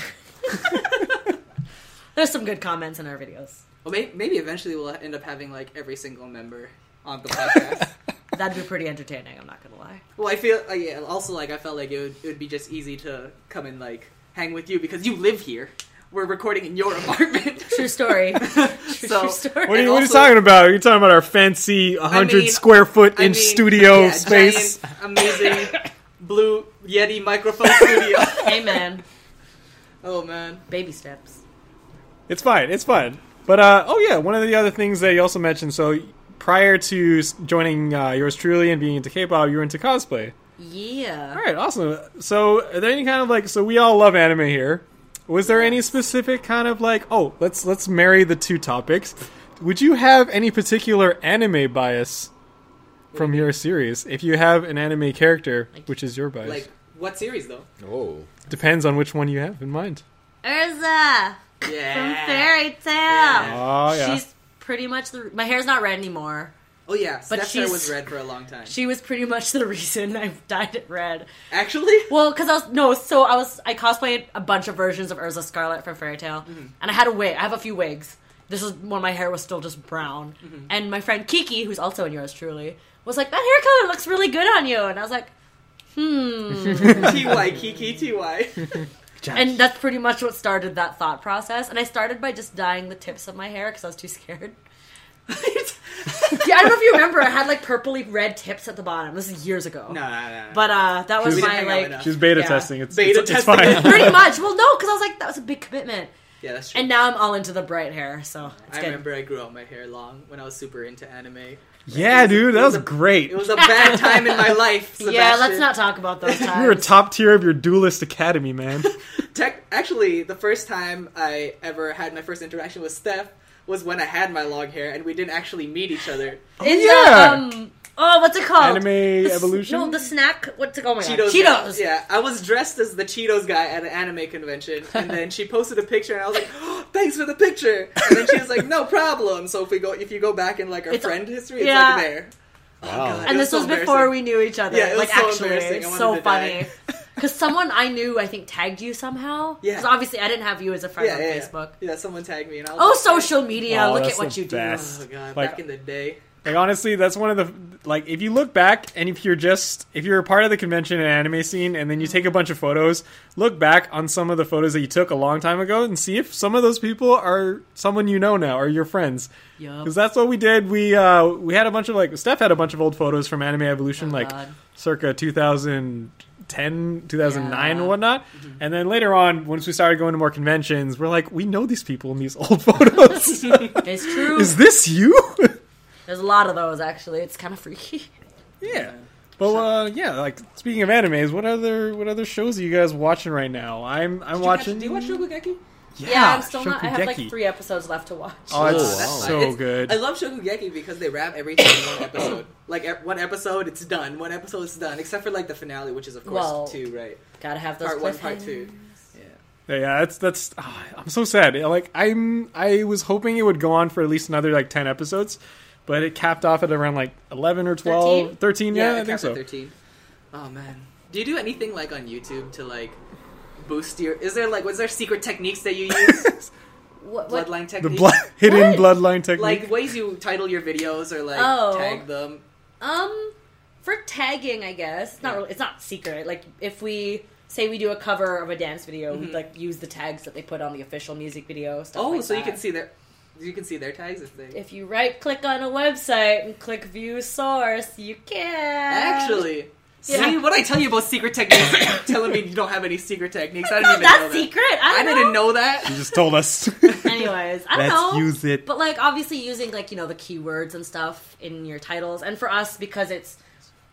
Speaker 2: there's some good comments in our videos.
Speaker 3: well, may- maybe eventually we'll end up having like every single member on the podcast.
Speaker 2: That'd be pretty entertaining. I'm not gonna lie.
Speaker 3: Well, I feel uh, yeah. Also, like I felt like it would, it would be just easy to come and like hang with you because you live here. we're recording in your apartment.
Speaker 2: True story. True,
Speaker 3: So-
Speaker 2: true story.
Speaker 1: What are, you, what are you
Speaker 3: also-
Speaker 1: talking about? You're talking about our fancy 100
Speaker 3: mean-
Speaker 1: square foot
Speaker 3: I
Speaker 1: inch
Speaker 3: mean,
Speaker 1: studio
Speaker 3: yeah,
Speaker 1: space.
Speaker 3: giant, amazing blue Yeti microphone studio.
Speaker 2: Hey man,
Speaker 3: oh man,
Speaker 2: baby steps.
Speaker 1: It's fine. It's fine. But uh, oh yeah, one of the other things that you also mentioned. So prior to s- joining uh, yours truly and being into K-pop, you were into cosplay.
Speaker 2: Yeah.
Speaker 1: All right, awesome. So are there any kind of like? So we all love anime here. Was there any specific kind of like? Oh, let's let's marry the two topics. Would you have any particular anime bias from your series? If you have an anime character, which is your bias,
Speaker 3: like what series though?
Speaker 4: Oh.
Speaker 1: depends on which one you have in mind.
Speaker 2: Urza from
Speaker 3: Yeah.
Speaker 2: Fairy Tale.
Speaker 1: Oh yeah,
Speaker 2: She's pretty much the. My hair's not red anymore.
Speaker 3: Oh yeah,
Speaker 2: But
Speaker 3: but she
Speaker 2: she's-
Speaker 3: was red for a long time.
Speaker 2: She was pretty much the reason I dyed it red.
Speaker 3: Actually,
Speaker 2: Well, because I was no, so I was I cosplayed a bunch of versions of Urza Scarlet from Fairy Tale, and I had a wig. I have a few wigs. This is when my hair was still just brown, and my friend Kiki, who's also in yours truly, was like, "That hair color looks really good on you," and I was like, "Hmm."
Speaker 3: ty kiki ty.
Speaker 2: and that's pretty much what started that thought process. And I started by just dyeing the tips of my hair because I was too scared. Yeah, I don't know if you remember, I had like purpley red tips at the bottom. This is years ago.
Speaker 3: no, no, no, no.
Speaker 2: But uh, that was
Speaker 3: We didn't
Speaker 2: my
Speaker 3: hang out
Speaker 2: like
Speaker 3: enough.
Speaker 1: she's beta
Speaker 2: yeah.
Speaker 1: testing. It's
Speaker 3: Beta
Speaker 1: it's, it's
Speaker 3: testing.
Speaker 1: fine.
Speaker 2: pretty much. Well, no, because I was like that was a big commitment.
Speaker 3: yeah, that's true.
Speaker 2: And now I'm all into the bright hair, so it's
Speaker 3: I
Speaker 2: good.
Speaker 3: remember I grew out my hair long when I was super into anime.
Speaker 1: Yeah, dude, that was great.
Speaker 3: It was a bad time in my life.
Speaker 2: Yeah,
Speaker 3: Sebastian.
Speaker 2: let's not talk about those times.
Speaker 1: you were top tier of your duelist academy, man.
Speaker 3: Tech, actually, the first time I ever had my first interaction with Steph was when I had my long hair, and we didn't actually meet each other.
Speaker 2: in
Speaker 1: yeah.
Speaker 2: the um, oh, what's it called?
Speaker 1: Anime
Speaker 2: The s-
Speaker 1: Evolution?
Speaker 2: No, the snack. What's it? Oh my
Speaker 3: Cheetos.
Speaker 2: god, Cheetos.
Speaker 3: Yeah, I was dressed as the Cheetos guy at an anime convention, and then she posted a picture, and I was like, oh, "Thanks for the picture." And then she was like, "No problem." So if we go, if you go back in like our
Speaker 2: It's-
Speaker 3: friend history, it's
Speaker 2: yeah.
Speaker 3: like there.
Speaker 4: Wow.
Speaker 3: It was
Speaker 2: And this
Speaker 3: so
Speaker 2: was before
Speaker 3: embarrassing.
Speaker 2: we knew each other.
Speaker 3: Yeah, it was
Speaker 2: like
Speaker 3: so
Speaker 2: actually,
Speaker 3: embarrassing. I
Speaker 2: it's
Speaker 3: wanted
Speaker 2: so
Speaker 3: to
Speaker 2: funny.
Speaker 3: die.
Speaker 2: Because someone I knew, I think, tagged you somehow.
Speaker 3: Yeah.
Speaker 2: Because obviously, I didn't have you as a friend
Speaker 3: Yeah,
Speaker 2: on
Speaker 3: yeah,
Speaker 2: Facebook.
Speaker 3: yeah. Yeah, someone tagged me, and I was
Speaker 2: Oh,
Speaker 3: like,
Speaker 2: social media!
Speaker 1: Oh,
Speaker 2: Look
Speaker 1: that's
Speaker 2: at what
Speaker 1: the
Speaker 2: you
Speaker 1: best.
Speaker 3: Oh god,
Speaker 1: Like-
Speaker 3: back in the day.
Speaker 1: Like honestly, that's one of the like if you look back and if you're just if you're a part of the convention and anime scene and then you take a bunch of photos, look back on some of the photos that you took a long time ago and see if some of those people are someone you know now or your friends.
Speaker 2: do. Yup.
Speaker 1: Because that's what we did. We uh, we had a bunch of like Steph had a bunch of old photos from Anime Evolution,
Speaker 2: Oh,
Speaker 1: like
Speaker 2: God.
Speaker 1: circa 2010, 2009,
Speaker 2: Yeah. Mm-hmm.
Speaker 1: and whatnot. And then later on, once we started going to more conventions, we're like, we know these people in these old photos.
Speaker 2: It's true.
Speaker 1: Is this you?
Speaker 2: There's a lot of those actually. It's kind of freaky.
Speaker 1: yeah. But uh, yeah, like speaking of animes, what other what other shows are you guys watching right now? I'm I'm watching.
Speaker 3: Do you watch Shokugeki?
Speaker 2: Yeah, I'm still not. I have like
Speaker 1: Shokugeki.
Speaker 2: three episodes left to watch.
Speaker 1: Oh, it's
Speaker 4: Oh, that's
Speaker 1: so
Speaker 4: fine.
Speaker 3: It's-
Speaker 1: good.
Speaker 3: I love Shokugeki because they wrap everything in one episode. Like e- one episode, it's done. One episode, it's done. Except for like the finale, which is of course
Speaker 2: Well,
Speaker 3: two, right?
Speaker 2: Gotta have those.
Speaker 3: Part one, part
Speaker 2: cliffhangers.
Speaker 3: two.
Speaker 1: Yeah, that's that's. ah, I'm so sad. Like I'm, I was hoping it would go on for at least another like ten episodes, but it capped off at around like eleven or 12, 13.
Speaker 2: 13?
Speaker 1: yeah, I
Speaker 3: it
Speaker 1: think
Speaker 3: capped at
Speaker 1: so.
Speaker 3: Thirteen. Oh man, do you do anything like on YouTube to like boost your? Is there like was there secret techniques that you use?
Speaker 2: What, what?
Speaker 3: Bloodline
Speaker 1: The
Speaker 3: techniques.
Speaker 1: blood, hidden
Speaker 2: What?
Speaker 1: bloodline technique.
Speaker 3: Like ways you title your videos or like
Speaker 2: Oh.
Speaker 3: tag them.
Speaker 2: Um, for tagging, I guess it's not
Speaker 3: Yeah.
Speaker 2: really. It's not secret. Like if we say we do a cover of a dance video, we like use the tags that they put on the official music video. Stuff
Speaker 3: Mm-hmm. Oh,
Speaker 2: like
Speaker 3: so you
Speaker 2: that.
Speaker 3: can see their you can see their tags if they
Speaker 2: If you right click on a website and click view source, you can
Speaker 3: Actually,
Speaker 2: Yeah.
Speaker 3: see what I tell you about secret techniques. You're telling me you don't have any secret techniques. I
Speaker 2: It's
Speaker 3: didn't even
Speaker 2: not that
Speaker 3: know that.
Speaker 2: secret. I,
Speaker 3: I
Speaker 2: don't
Speaker 3: didn't know that.
Speaker 1: you just told us.
Speaker 2: Anyways, I don't
Speaker 1: Let's
Speaker 2: know.
Speaker 1: use it.
Speaker 2: But like obviously using like, you know, the keywords and stuff in your titles. And for us because it's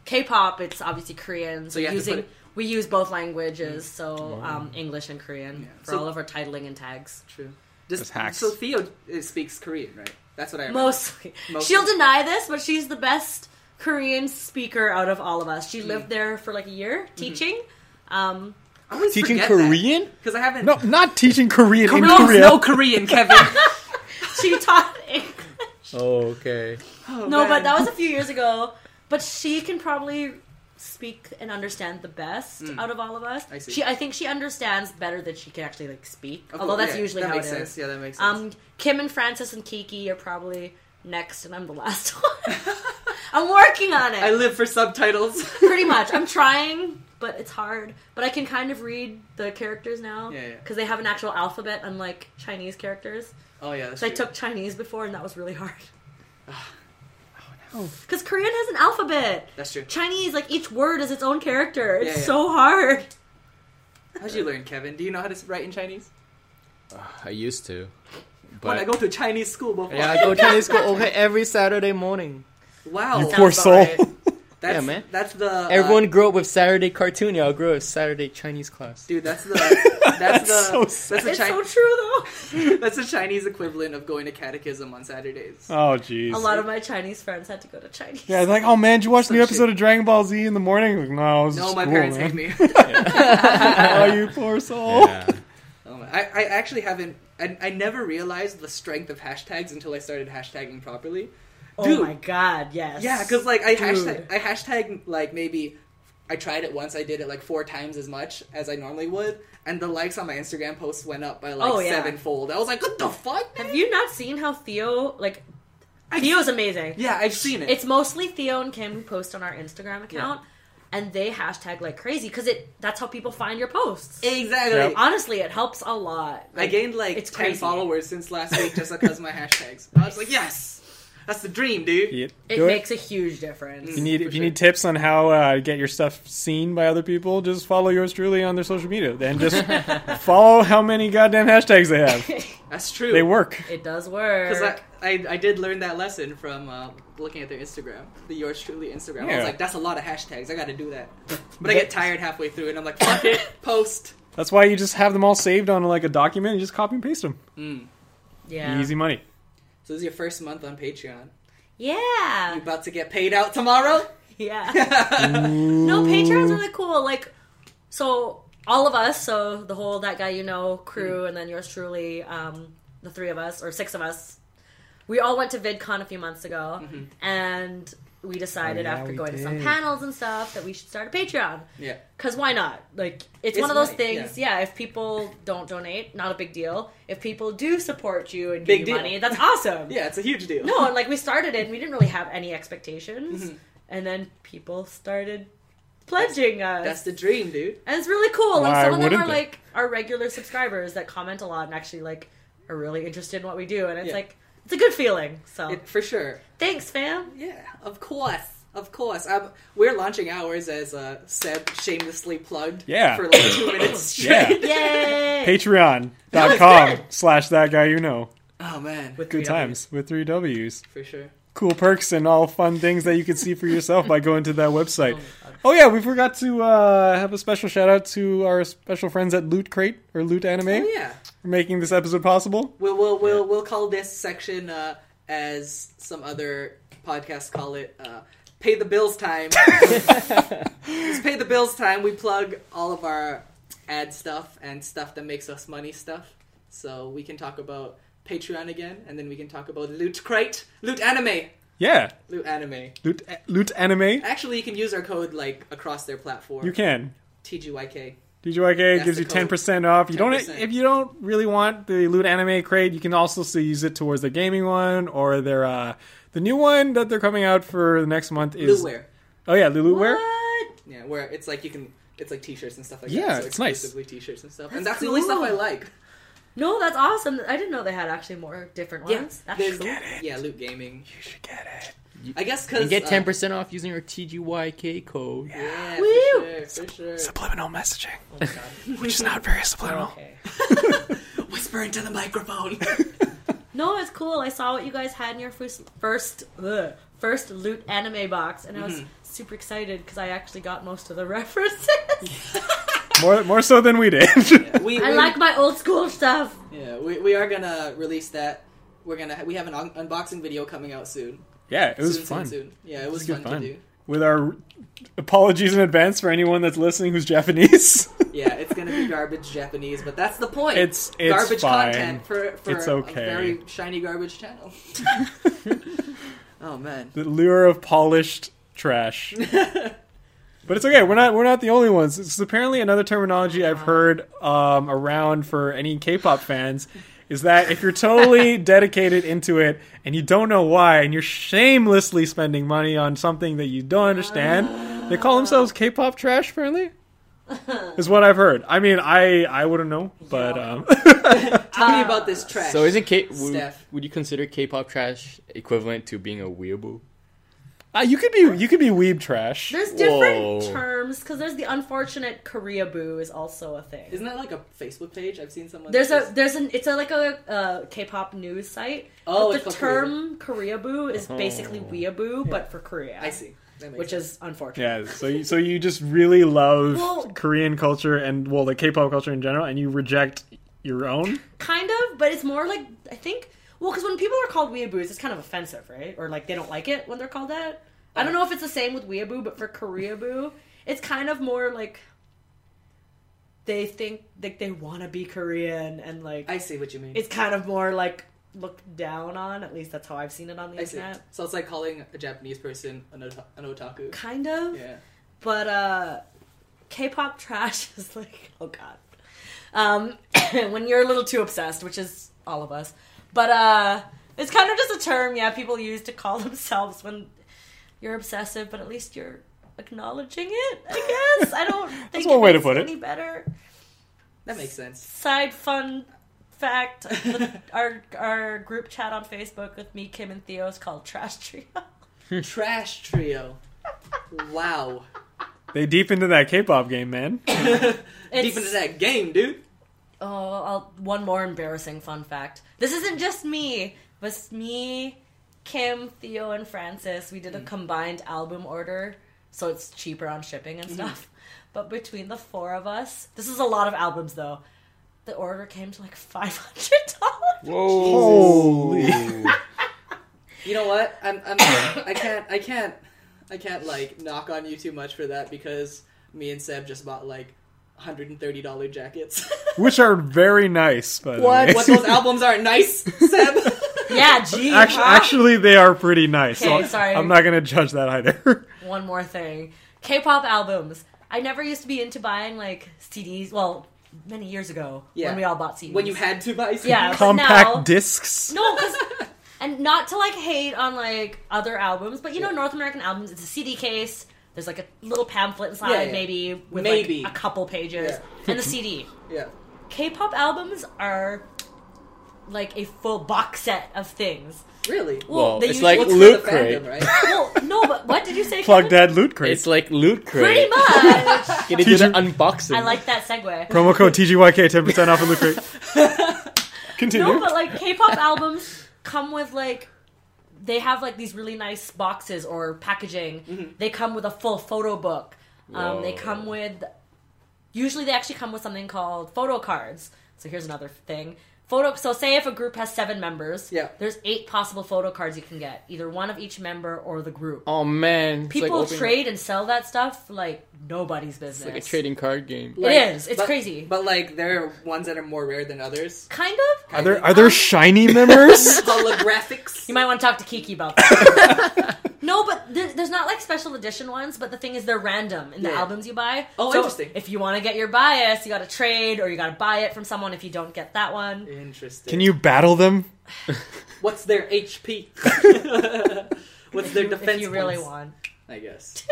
Speaker 2: K-pop, it's obviously Korean. So
Speaker 3: you have to put
Speaker 2: using
Speaker 3: it-
Speaker 2: we use both languages, so um, English and Korean for
Speaker 3: So-
Speaker 2: all of our titling and tags.
Speaker 3: True. Just,
Speaker 1: Just hacks.
Speaker 3: So Theo uh, speaks Korean, right? That's what I remember.
Speaker 2: Mostly.
Speaker 3: Mostly.
Speaker 2: She'll deny this, but she's the best Korean speaker out of all of us.
Speaker 3: Mm.
Speaker 2: She lived there for like a year
Speaker 3: Mm-hmm.
Speaker 2: teaching. Um,
Speaker 3: I always
Speaker 1: Teaching
Speaker 3: forget
Speaker 1: Korean?
Speaker 3: because I haven't.
Speaker 1: No, not teaching Korean in
Speaker 3: Koreans
Speaker 1: Korea.
Speaker 3: know Korean, Kevin.
Speaker 2: she taught English.
Speaker 4: Oh, okay.
Speaker 3: Oh,
Speaker 2: No, but
Speaker 3: man.
Speaker 2: that was a few years ago. But she can probably speak and understand the best out of all of us.
Speaker 3: Mm. I see.
Speaker 2: She, I think she understands better than she can actually like speak.
Speaker 3: Of
Speaker 2: although
Speaker 3: course,
Speaker 2: that's
Speaker 3: yeah,
Speaker 2: usually
Speaker 3: that
Speaker 2: how
Speaker 3: makes
Speaker 2: it
Speaker 3: sense.
Speaker 2: is.
Speaker 3: Yeah, that makes sense.
Speaker 2: Um, Kim and Francis and Kiki are probably next, and I'm the last one. I'm working on it.
Speaker 3: I live for subtitles.
Speaker 2: Pretty much. I'm trying, but it's hard. But I can kind of read the characters now
Speaker 3: Yeah, yeah.
Speaker 2: they have an actual alphabet, unlike Chinese characters.
Speaker 3: oh yeah, that's
Speaker 2: So I
Speaker 3: true.
Speaker 2: took Chinese before, and that was really hard.
Speaker 1: Oh.
Speaker 2: Because Korean has an alphabet.
Speaker 3: That's true.
Speaker 2: Chinese, like each word is its own character. It's
Speaker 3: Yeah, yeah.
Speaker 2: so hard.
Speaker 3: How'd you learn, Kevin? Do you know how to write in Chinese?
Speaker 4: I used to.
Speaker 3: when I
Speaker 4: But
Speaker 3: go to Chinese school before.
Speaker 4: yeah, I go Chinese school okay every Saturday morning.
Speaker 3: Wow.
Speaker 1: You poor
Speaker 3: Sounds
Speaker 1: soul.
Speaker 3: about right. That's,
Speaker 4: Yeah, man.
Speaker 3: That's the uh,
Speaker 4: Everyone grew up with Saturday cartoon. I'll grow up with Saturday Chinese class.
Speaker 3: Dude, that's the that's,
Speaker 1: That's
Speaker 3: the
Speaker 1: so
Speaker 3: that's the
Speaker 2: It's
Speaker 3: Chi-
Speaker 2: so true, though.
Speaker 3: that's the Chinese equivalent of going to catechism on Saturdays.
Speaker 1: Oh, jeez.
Speaker 2: A lot of my Chinese friends had to go to Chinese.
Speaker 1: Yeah, it's like, oh man, did you watch the new
Speaker 3: Some
Speaker 1: episode
Speaker 3: shit.
Speaker 1: of Dragon Ball Z in the morning? Like, no, I was
Speaker 3: no,
Speaker 1: at
Speaker 3: my
Speaker 1: school,
Speaker 3: parents
Speaker 1: man.
Speaker 3: hate me.
Speaker 1: oh, you poor soul.
Speaker 4: Yeah.
Speaker 3: Oh, my- I, I actually haven't. I, I never realized the strength of hashtags until I started hashtagging properly.
Speaker 2: oh
Speaker 3: Dude.
Speaker 2: my god, yes.
Speaker 3: Yeah, because like I
Speaker 2: Dude.
Speaker 3: hashtag, I hashtag like maybe I tried it once. I did it like four times as much as I normally would, and the likes on my Instagram posts went up by like
Speaker 2: Oh, yeah.
Speaker 3: sevenfold. I was like, what the fuck? man?"
Speaker 2: Have you not seen how Theo like Theo's amazing.
Speaker 3: Yeah, I've seen it.
Speaker 2: It's mostly Theo and Kim who post on our Instagram account and they hashtag like crazy because it that's how people find your posts.
Speaker 3: exactly.
Speaker 1: Yep.
Speaker 2: Honestly, it helps a lot.
Speaker 3: I
Speaker 2: Like,
Speaker 3: gained like
Speaker 2: it's
Speaker 3: ten
Speaker 2: crazy.
Speaker 3: followers since last week just because of my hashtags. I was like, yes, that's the dream, dude.
Speaker 1: Yeah,
Speaker 2: it
Speaker 1: do
Speaker 2: makes a huge difference.
Speaker 1: You need,
Speaker 3: for
Speaker 1: if you
Speaker 3: sure.
Speaker 1: need tips on how uh, to get your stuff seen by other people, just follow yours truly on their social media. Then just follow how many goddamn hashtags they have.
Speaker 3: That's true.
Speaker 1: They work.
Speaker 2: It does work.
Speaker 3: Because I, I, I did learn that lesson from uh, looking at their Instagram, the yours truly Instagram. I
Speaker 1: Yeah.
Speaker 3: was like, that's a lot of hashtags. I got to do that. But I get tired halfway through, and I'm like, fuck it, post.
Speaker 1: That's why you just have them all saved on like a document and just copy and paste them.
Speaker 2: yeah.
Speaker 1: Easy money.
Speaker 3: So this is your first month on Patreon.
Speaker 2: Yeah.
Speaker 3: You about to get paid out tomorrow?
Speaker 2: Yeah. no, Patreon's really cool. Like, so all of us, so the whole That Guy You Know crew,
Speaker 3: Mm.
Speaker 2: and then yours truly, um, the three of us, or six of us, we all went to VidCon a few months ago,
Speaker 3: Mm-hmm.
Speaker 2: and we decided
Speaker 1: Oh, yeah,
Speaker 2: after
Speaker 1: we
Speaker 2: going to some
Speaker 1: did.
Speaker 2: panels and stuff that we should start a Patreon.
Speaker 3: yeah.
Speaker 2: Because why not? Like, it's,
Speaker 3: It's
Speaker 2: one of those
Speaker 3: money,
Speaker 2: things, yeah. if people don't donate, not a big deal. If people do support you and
Speaker 3: Big
Speaker 2: give you
Speaker 3: deal.
Speaker 2: money, that's awesome.
Speaker 3: Yeah, it's a huge deal.
Speaker 2: No, and like we started it and we didn't really have any expectations.
Speaker 3: Mm-hmm.
Speaker 2: And then people started pledging us.
Speaker 3: That's the dream, dude.
Speaker 2: and it's really cool. Like
Speaker 1: Why
Speaker 2: some of them
Speaker 1: wouldn't
Speaker 2: are
Speaker 1: they?
Speaker 2: like our regular subscribers that comment a lot and actually like are really interested in what we do and it's
Speaker 3: Yeah.
Speaker 2: like it's a good feeling. So
Speaker 3: It, for sure.
Speaker 2: thanks, fam.
Speaker 3: Yeah, of course. Of course. Um, we're launching ours as uh, Seb shamelessly plugged
Speaker 1: Yeah.
Speaker 3: for like two minutes
Speaker 1: Yeah.
Speaker 3: straight.
Speaker 2: Yay! No,
Speaker 1: Patreon.com
Speaker 2: it's good.
Speaker 1: slash that guy you know.
Speaker 3: Oh, man.
Speaker 1: Good
Speaker 2: With three others.
Speaker 1: times with three W's.
Speaker 3: for sure.
Speaker 1: cool perks and all fun things that you can see for yourself by going to that website. Oh yeah, we forgot to uh, have a special shout out to our special friends at Loot Crate or Loot Anime
Speaker 3: Oh, yeah.
Speaker 1: for making this episode possible.
Speaker 3: We'll we'll we'll, we'll call this section uh, as some other podcasts call it. Uh, pay the bills time. it's pay the bills time. We plug all of our ad stuff and stuff that makes us money stuff. So we can talk about Patreon again, and then we can talk about Loot Crate, Loot Anime,
Speaker 1: Yeah,
Speaker 3: Loot Anime.
Speaker 1: Loot Loot Anime.
Speaker 3: Actually, you can use our code like across their platform.
Speaker 1: You can.
Speaker 3: TGYK.
Speaker 1: DJYK
Speaker 3: That's
Speaker 1: gives
Speaker 3: the
Speaker 1: you
Speaker 3: code.
Speaker 1: ten percent off. You don't
Speaker 3: 10%.
Speaker 1: if you don't really want the Loot Anime Crate, you can also still use it towards the gaming one or their uh, the new one that they're coming out for the next month is
Speaker 3: Lootware.
Speaker 1: oh yeah Luluware.
Speaker 2: What?
Speaker 3: Yeah, where it's like you can. It's like T-shirts and stuff like that.
Speaker 1: Yeah,
Speaker 3: so
Speaker 1: it's nice.
Speaker 3: Exclusively T-shirts and stuff, and that's
Speaker 2: That's
Speaker 3: the only
Speaker 2: cool.
Speaker 3: stuff I like.
Speaker 2: No, that's awesome. I didn't know they had actually more different ones. That's
Speaker 3: There's-
Speaker 2: cool.
Speaker 3: Yeah, loot gaming.
Speaker 1: You should get it.
Speaker 3: I guess because
Speaker 4: You get ten percent off using our TGYK code.
Speaker 3: Yeah,
Speaker 2: Woo!
Speaker 3: for sure, for sure.
Speaker 1: Subliminal messaging, which is not very subliminal.
Speaker 2: Okay.
Speaker 3: Whisper into the microphone.
Speaker 2: No, it's cool. I saw what you guys had in your first first ugh, first loot anime box, and I was
Speaker 3: Mm-hmm.
Speaker 2: super excited because I actually got most of the references.
Speaker 1: More, more so than we did.
Speaker 3: we,
Speaker 2: I
Speaker 3: we-
Speaker 2: like my old school stuff.
Speaker 3: Yeah, we, we are gonna release that. We're gonna ha- we have an un- unboxing video coming out soon.
Speaker 1: yeah, it was
Speaker 3: soon,
Speaker 1: fun.
Speaker 3: Soon, soon. Yeah, it was
Speaker 1: good
Speaker 3: fun,
Speaker 1: fun.
Speaker 3: to do.
Speaker 1: With our apologies in advance for anyone that's listening who's Japanese.
Speaker 3: Yeah, it's gonna be garbage Japanese, but that's the point.
Speaker 1: It's- it's
Speaker 3: garbage
Speaker 1: fine.
Speaker 3: content for, for
Speaker 1: It's okay.
Speaker 3: a very shiny garbage channel. oh man.
Speaker 1: the lure of polished trash. but it's okay. We're not we're not the only ones. It's apparently another terminology I've heard um, around for any K-pop fans is that if you're totally dedicated into it and you don't know why and you're shamelessly spending money on something that you don't understand, they call themselves K-pop trash. Apparently, is what I've heard. I mean, I I wouldn't know, but um,
Speaker 3: Tell
Speaker 2: Uh,
Speaker 3: me about this trash.
Speaker 4: So isn't K? Would,
Speaker 3: Steph.
Speaker 4: would you consider K-pop trash equivalent to being a weeaboo?
Speaker 1: uh, you could be you could be weeb trash.
Speaker 2: There's different
Speaker 4: Whoa.
Speaker 2: terms because there's the unfortunate Korea boo is also a thing.
Speaker 3: Isn't that like a Facebook page? I've seen someone.
Speaker 2: there's a
Speaker 3: just-
Speaker 2: there's an it's a, like a uh, K-pop news site.
Speaker 3: Oh,
Speaker 2: but
Speaker 3: it's
Speaker 2: the
Speaker 3: for Korea.
Speaker 2: term Korea boo is basically weeaboo, but for Korea.
Speaker 3: I see. That makes
Speaker 2: which
Speaker 3: sense.
Speaker 2: is unfortunate.
Speaker 1: Yeah, so you, so you just really love
Speaker 2: Well-
Speaker 1: Korean culture and well, like K-pop culture in general, and you reject your own.
Speaker 2: Kind of, but it's more like I think well, because when people are called weeaboos, it's kind of offensive, right? Or like they don't like it when they're called that. I don't know if it's the same with weeaboo, but for Korea boo, it's kind of more like they think like they want to be Korean and like
Speaker 3: I see what you mean.
Speaker 2: it's kind of more like looked down on. At least that's how I've seen it on the
Speaker 3: I see.
Speaker 2: internet.
Speaker 3: So it's like calling a Japanese person an, ota- an otaku.
Speaker 2: Kind of,
Speaker 3: Yeah.
Speaker 2: but uh, K-pop trash is like, oh god, um, when you're a little too obsessed, which is all of us. But uh, it's kind of just a term, yeah, people use to call themselves when you're obsessive, but at least you're acknowledging it. I guess I don't. Think
Speaker 1: That's one way to
Speaker 2: makes
Speaker 1: put it.
Speaker 2: Any better?
Speaker 3: That makes sense.
Speaker 2: side fun fact the- our our group chat on facebook with me kim and theo is called trash trio
Speaker 3: Trash trio. Wow.
Speaker 1: They deep into that K-pop game, man.
Speaker 2: it's,
Speaker 3: Deep into that game, dude.
Speaker 2: oh I'll, one more embarrassing fun fact this isn't just me but it's me kim theo and francis we did
Speaker 3: Mm.
Speaker 2: a combined album order so it's cheaper on shipping
Speaker 3: Mm-hmm.
Speaker 2: and stuff but between the four of us this is a lot of albums though the order came to like $500
Speaker 1: Holy!
Speaker 3: You know what? I'm, I'm I can't I can't I can't like knock on you too much for that because me and Seb just bought like $130 jackets.
Speaker 1: Which are very nice, by the
Speaker 3: what?
Speaker 1: way.
Speaker 3: What those albums aren't nice, Seb.
Speaker 2: yeah gee
Speaker 1: Actu-
Speaker 2: huh?
Speaker 1: actually, they are pretty nice. so
Speaker 2: Okay, sorry.
Speaker 1: I'm not going to judge that either.
Speaker 2: one more thing k-pop albums i never used to be into buying like cds well many years ago
Speaker 3: Yeah.
Speaker 2: when we all bought cds
Speaker 3: when you had to buy CDs.
Speaker 2: Yeah. But
Speaker 1: Compact
Speaker 2: now-
Speaker 1: discs.
Speaker 2: no 'cause- and not to like hate on like other albums but you know north american albums it's a cd case there's like a little pamphlet inside
Speaker 3: Yeah, yeah.
Speaker 2: maybe with
Speaker 3: Maybe.
Speaker 2: like a couple pages
Speaker 3: Yeah.
Speaker 2: and the cd
Speaker 3: Yeah.
Speaker 2: k-pop albums are like a full box set of things
Speaker 3: Really?
Speaker 4: Well,
Speaker 2: they
Speaker 4: it's
Speaker 2: usually-
Speaker 4: like
Speaker 3: What's
Speaker 4: loot
Speaker 3: with the
Speaker 4: crate.
Speaker 3: fandom, right?
Speaker 2: well, no but what did you say
Speaker 1: Plug
Speaker 2: Kevin?
Speaker 1: dead loot crate.
Speaker 4: It's like loot
Speaker 2: pretty
Speaker 4: crate.
Speaker 2: much
Speaker 4: Can you do the
Speaker 1: Teacher-
Speaker 4: unboxing?
Speaker 2: i like that segue
Speaker 1: Promo code TGYK, 10% off of loot crate. Continue.
Speaker 2: No, but like K-pop albums come with like they have like these really nice boxes or packaging. They come with a full photo book. Um, they
Speaker 4: Mm-hmm. Whoa.
Speaker 2: come with usually they actually come with something called photo cards. So here's another thing. Photo. So say if a group has seven members,
Speaker 3: Yeah.
Speaker 2: there's eight possible photo cards you can get, either one of each member or the group.
Speaker 4: oh man, it's like
Speaker 2: People
Speaker 4: opening-
Speaker 2: trade and sell that stuff like nobody's business.
Speaker 4: like a trading card game.
Speaker 2: It is. It's
Speaker 3: but-
Speaker 2: crazy.
Speaker 3: But like, there are ones that are more rare than others.
Speaker 2: kind of.
Speaker 1: Are there, are there shiny members?
Speaker 3: Holographics.
Speaker 2: You might want to talk to Kiki about that. no, but there, there's not like special edition ones. But the thing is, they're random in the
Speaker 3: Yeah.
Speaker 2: albums you buy.
Speaker 3: Oh,
Speaker 2: So
Speaker 3: interesting.
Speaker 2: If you want to get your bias, you got to trade or you got to buy it from someone. If you don't get that one,
Speaker 3: Interesting.
Speaker 1: Can you battle them?
Speaker 3: What's their HP? What's their defense?
Speaker 2: if you really
Speaker 3: points?
Speaker 2: want.
Speaker 3: I guess.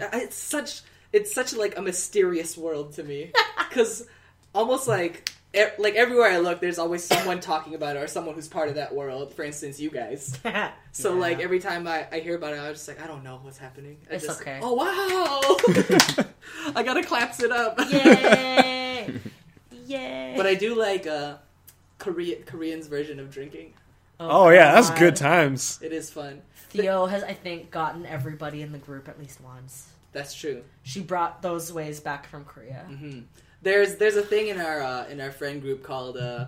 Speaker 3: I- it's such it's such like a mysterious world to me because almost like e- like everywhere I look, there's always someone talking about it or someone who's part of that world. For instance, you guys. So like every time I, I hear about it, I'm just like I don't know what's happening. I
Speaker 2: It's
Speaker 3: just,
Speaker 2: okay.
Speaker 3: Oh wow! I gotta claps it up.
Speaker 2: Yay! Yay!
Speaker 3: But I do like uh, Korea Korean's version of drinking.
Speaker 1: Oh, yeah, that's
Speaker 2: God.
Speaker 1: good times.
Speaker 3: It is fun.
Speaker 2: Theo has, I think, gotten everybody in the group at least once.
Speaker 3: That's true.
Speaker 2: She brought those ways back from Korea.
Speaker 3: Mm-hmm. There's there's a thing in our uh, in our friend group called uh,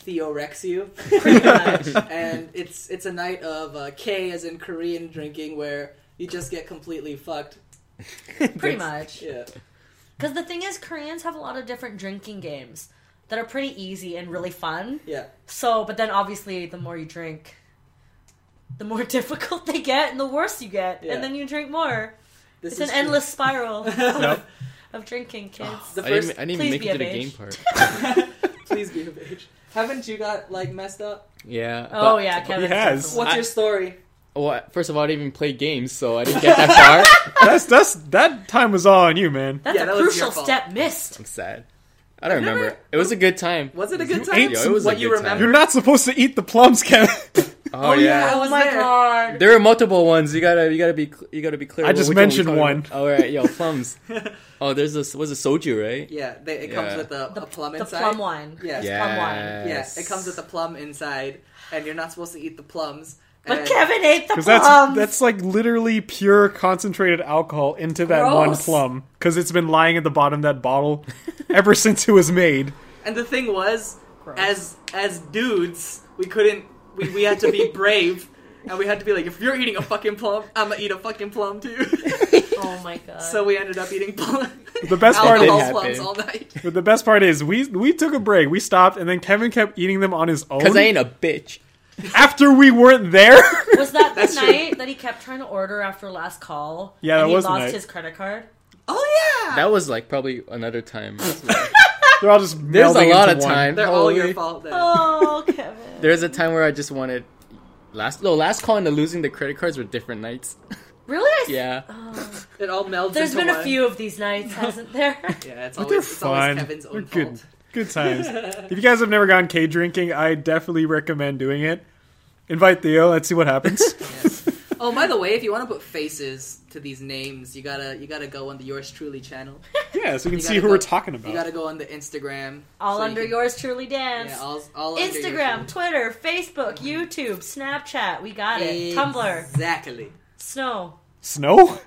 Speaker 3: Theo Rex You,
Speaker 2: Pretty much.
Speaker 3: and it's it's a night of uh, K as in Korean drinking where you just get completely fucked.
Speaker 2: Pretty much.
Speaker 3: Yeah,
Speaker 2: Because the thing is, Koreans have a lot of different drinking games that are pretty easy and really fun.
Speaker 3: yeah.
Speaker 2: So, but then obviously, the more you drink, the more difficult they get, and the worse you get,
Speaker 3: Yeah.
Speaker 2: and then you drink more.
Speaker 3: This
Speaker 2: It's an
Speaker 3: is true.
Speaker 2: endless spiral
Speaker 1: Yep.
Speaker 2: of drinking, kids.
Speaker 3: The
Speaker 4: I didn't,
Speaker 3: first,
Speaker 4: I didn't
Speaker 2: Please
Speaker 4: even make
Speaker 2: be
Speaker 4: it
Speaker 2: of
Speaker 4: to the
Speaker 2: age.
Speaker 4: game part.
Speaker 3: please be of age. Haven't you got like messed up?
Speaker 4: Yeah.
Speaker 2: Oh
Speaker 4: but-
Speaker 2: yeah, Kevin.
Speaker 1: has.
Speaker 3: What's
Speaker 4: I-
Speaker 3: your story?
Speaker 4: Well, first of all, I didn't even play games, so I didn't get that far.
Speaker 1: That's that's that time was all on you, man.
Speaker 2: That's
Speaker 3: Yeah,
Speaker 2: a
Speaker 3: that was your
Speaker 2: crucial
Speaker 3: fault.
Speaker 2: step missed.
Speaker 4: I'm sad. I don't remember. It was a good time.
Speaker 3: Was it a good
Speaker 1: You
Speaker 3: time?
Speaker 1: ate
Speaker 4: Yo, it was a
Speaker 3: what
Speaker 4: good
Speaker 3: you
Speaker 4: time.
Speaker 3: remember?
Speaker 1: You're not supposed to eat the plums, Kevin.
Speaker 4: Oh,
Speaker 3: I
Speaker 2: Oh
Speaker 3: was
Speaker 2: my
Speaker 3: there.
Speaker 2: god.
Speaker 4: There are multiple ones. You gotta, you gotta be, cl- you gotta be clear.
Speaker 1: I just
Speaker 4: which one we
Speaker 1: mentioned
Speaker 4: talking
Speaker 1: one.
Speaker 4: about. All right, yo, plums. oh, there's this was a soju, right?
Speaker 3: Yeah, they, it comes
Speaker 4: Yeah.
Speaker 3: with a,
Speaker 2: The,
Speaker 3: a plum
Speaker 2: the
Speaker 3: inside.
Speaker 2: plum wine.
Speaker 3: Yeah.
Speaker 2: Yeah. wine.
Speaker 3: Yeah, it comes with a plum inside, and you're not supposed to eat the plums.
Speaker 2: But
Speaker 3: and-
Speaker 2: Kevin ate the
Speaker 1: Because
Speaker 2: plums.
Speaker 1: that's
Speaker 3: Um,
Speaker 1: that's like literally pure concentrated alcohol into that one
Speaker 2: Gross.
Speaker 1: plum. Because it's been lying at the bottom of that bottle ever since it was made.
Speaker 3: And the thing was, as as dudes, we couldn't. We, we had to be brave, and we had to be like, if you're eating a fucking plum, I'm gonna eat a fucking plum too.
Speaker 2: oh my god.
Speaker 3: so we ended up eating plum.
Speaker 1: The best part
Speaker 3: alcohol
Speaker 1: is,
Speaker 3: plums
Speaker 4: happened.
Speaker 3: all night.
Speaker 1: but the best part is, we we took a break, we stopped, and then Kevin kept eating them on his own
Speaker 4: Cause I ain't a bitch.
Speaker 1: after we weren't there.
Speaker 2: was that the
Speaker 3: That's true.
Speaker 2: night that he kept trying to order after last call?
Speaker 1: Yeah,
Speaker 2: and
Speaker 1: that
Speaker 2: he
Speaker 1: was the
Speaker 2: lost
Speaker 1: night.
Speaker 2: his credit card.
Speaker 3: Oh yeah,
Speaker 4: That was like probably another time.
Speaker 1: They're all just
Speaker 4: There's a
Speaker 1: melding
Speaker 4: lot
Speaker 1: into
Speaker 4: of
Speaker 1: one.
Speaker 4: time.
Speaker 3: they're all your
Speaker 4: Holy-
Speaker 3: fault. Then.
Speaker 2: Oh, Kevin.
Speaker 4: There's a time where I just wanted last no last call and the losing the credit cards were different nights.
Speaker 2: Really? I s-
Speaker 4: Yeah,
Speaker 3: It all melds.
Speaker 2: There's
Speaker 3: into
Speaker 2: been a
Speaker 3: one.
Speaker 2: few of these nights, hasn't there?
Speaker 3: Yeah, it's
Speaker 1: They're
Speaker 3: always, it's
Speaker 1: fun.
Speaker 3: always Kevin's own
Speaker 1: They're
Speaker 3: fault.
Speaker 1: good. Good times. if you guys have never gone K drinking, I definitely recommend doing it. Invite Theo. Let's see what happens.
Speaker 3: Oh, by the way, if you want to put faces to these names, you gotta you gotta go on the yours truly channel.
Speaker 1: yeah, so we
Speaker 3: You
Speaker 1: can see
Speaker 3: gotta
Speaker 1: who
Speaker 3: go-
Speaker 1: we're talking about.
Speaker 3: You gotta go on the Instagram.
Speaker 2: all
Speaker 3: so you
Speaker 2: under
Speaker 3: can-
Speaker 2: yours truly dance.
Speaker 3: Yeah, all, all under yours
Speaker 2: Instagram,
Speaker 3: truly. Mm-hmm.
Speaker 2: Twitter, Facebook, YouTube, Snapchat. We got it. Tumblr,
Speaker 3: Exactly.
Speaker 2: snow.
Speaker 1: Snow?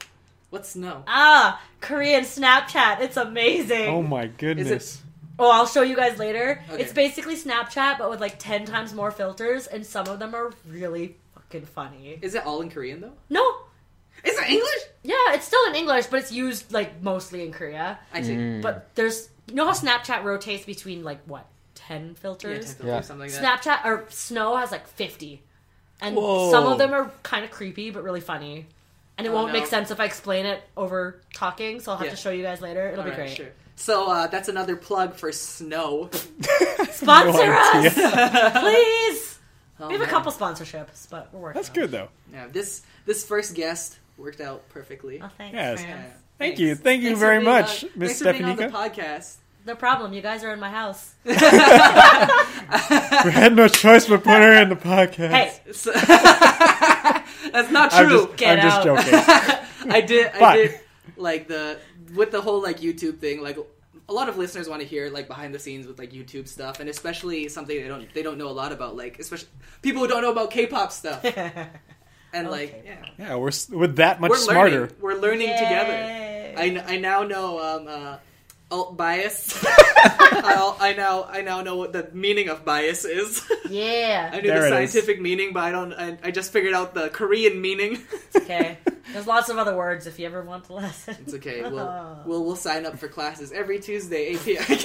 Speaker 3: What's snow?
Speaker 2: Ah, Korean Snapchat. It's amazing.
Speaker 1: Oh my goodness.
Speaker 2: Oh, I'll show you guys later.
Speaker 3: Okay.
Speaker 2: It's basically Snapchat, but with like 10 times more filters, and some of them are really fucking funny.
Speaker 3: Is it all in Korean though?
Speaker 2: No,
Speaker 3: Is it English?
Speaker 2: yeah, it's still in English, but it's used like mostly in Korea.
Speaker 3: I see.
Speaker 2: But there's, you know how Snapchat rotates between like what, 10
Speaker 3: Yeah,
Speaker 2: filters?
Speaker 3: tentacle
Speaker 4: Yeah.
Speaker 3: or something like that.
Speaker 2: Snapchat or Snow has like 50. And
Speaker 4: Whoa.
Speaker 2: some of them are kind of creepy, but really funny. And it
Speaker 3: Oh,
Speaker 2: won't
Speaker 3: no.
Speaker 2: make sense if I explain it over talking, so I'll have
Speaker 3: Yeah.
Speaker 2: to show you guys later. It'll be
Speaker 3: Alright,
Speaker 2: great.
Speaker 3: sure. So uh, that's another plug for snow.
Speaker 2: Sponsor
Speaker 1: No
Speaker 2: us!
Speaker 1: idea.
Speaker 2: Please!
Speaker 3: Oh,
Speaker 2: We have
Speaker 3: man.
Speaker 2: a couple sponsorships, but we're working
Speaker 1: That's
Speaker 2: on
Speaker 1: good though.
Speaker 3: Yeah, this this first guest worked out perfectly.
Speaker 2: it. Oh, thanks,
Speaker 1: Yes.
Speaker 3: Yeah,
Speaker 2: friends.
Speaker 1: Thank
Speaker 3: thanks.
Speaker 1: you. Thank you
Speaker 3: Thanks for
Speaker 1: very
Speaker 3: being on-
Speaker 1: much, Miss
Speaker 3: thanks for being on the
Speaker 1: Stefanika.
Speaker 3: podcast.
Speaker 2: No problem. You guys are in my house.
Speaker 1: We had no choice but put her in the podcast.
Speaker 2: Hey,
Speaker 3: So- that's not
Speaker 1: I'm
Speaker 3: true.
Speaker 1: just,
Speaker 2: Get
Speaker 1: I'm just
Speaker 2: out.
Speaker 1: joking.
Speaker 3: I did.
Speaker 1: But-
Speaker 3: I did like the with the whole like YouTube thing. Like a lot of listeners want to hear like behind the scenes with like YouTube stuff, and especially something they don't they don't know a lot about. Like especially people who don't know about K-pop stuff. And like,
Speaker 2: Okay.
Speaker 3: yeah.
Speaker 1: yeah, we're s- we're that much
Speaker 3: we're
Speaker 1: smarter.
Speaker 3: learning. We're learning
Speaker 2: Yay.
Speaker 3: together. I, kn- I now know um, uh, alt bias. I, al- I now I now know what the meaning of bias is. I
Speaker 2: yeah.
Speaker 3: knew
Speaker 1: There
Speaker 3: the
Speaker 1: it is.
Speaker 3: scientific meaning, but I don't. I, I just figured out the Korean meaning.
Speaker 2: Okay. There's lots of other words if you ever want to lesson.
Speaker 3: It's okay. We'll, we'll we'll sign up for classes every Tuesday 8 p.m. oh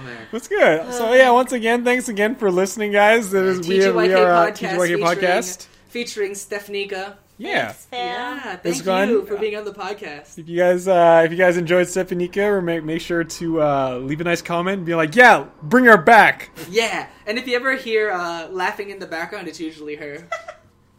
Speaker 3: man.
Speaker 1: That's good.
Speaker 3: Uh,
Speaker 1: So yeah, once again, thanks again for listening, guys. It is, we, we
Speaker 3: TGYK
Speaker 1: are uh,
Speaker 3: podcast
Speaker 1: TGYK podcast.
Speaker 3: featuring, featuring Stefnika.
Speaker 1: Yeah.
Speaker 2: Thanks, fam.
Speaker 3: Yeah,
Speaker 1: It's
Speaker 3: thank you
Speaker 1: gone.
Speaker 3: for being on the podcast.
Speaker 1: If you guys uh, if you guys enjoyed Stefanika, or make make sure to uh, leave a nice comment and be like, yeah, bring her back.
Speaker 3: Yeah, and if you ever hear uh, laughing in the background, it's usually her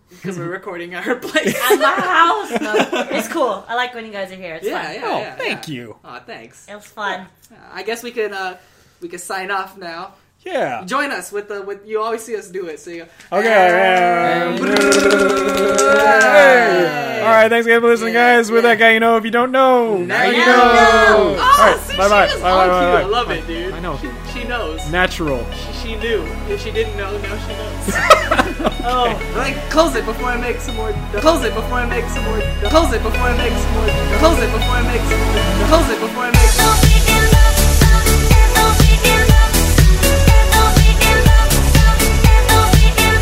Speaker 3: because we're recording at her place.
Speaker 2: At my house. No, it's cool. I like when you guys are here. It's
Speaker 3: yeah,
Speaker 2: fun.
Speaker 3: yeah.
Speaker 1: Oh,
Speaker 3: yeah,
Speaker 1: thank
Speaker 3: yeah.
Speaker 1: you.
Speaker 3: Aw, thanks.
Speaker 2: It was fun.
Speaker 3: I guess we can uh, we can sign off now.
Speaker 1: Yeah.
Speaker 3: Join us with the with you always see us do it. So you go,
Speaker 1: Okay. Hey. All right. Thanks again for listening,
Speaker 3: Yeah,
Speaker 1: guys. We're
Speaker 3: yeah.
Speaker 1: that guy you know. If you don't know,
Speaker 3: Now you
Speaker 2: know.
Speaker 3: Oh,
Speaker 1: All right.
Speaker 3: see,
Speaker 1: Bye bye.
Speaker 3: she was
Speaker 1: Bye bye.
Speaker 3: on cue. I
Speaker 1: Bye bye.
Speaker 3: love it, dude.
Speaker 1: I know.
Speaker 3: She, she knows.
Speaker 1: Natural.
Speaker 3: She, she knew. If she didn't know, now she knows.
Speaker 2: Oh,
Speaker 3: like, close it before I make some more. d- Close it before I make some more. d- Close it before I make some more. d- Close it before I make some more. d- Close it before I make some
Speaker 5: Don't be in love, don't be in love, don't be in love, don't be in love,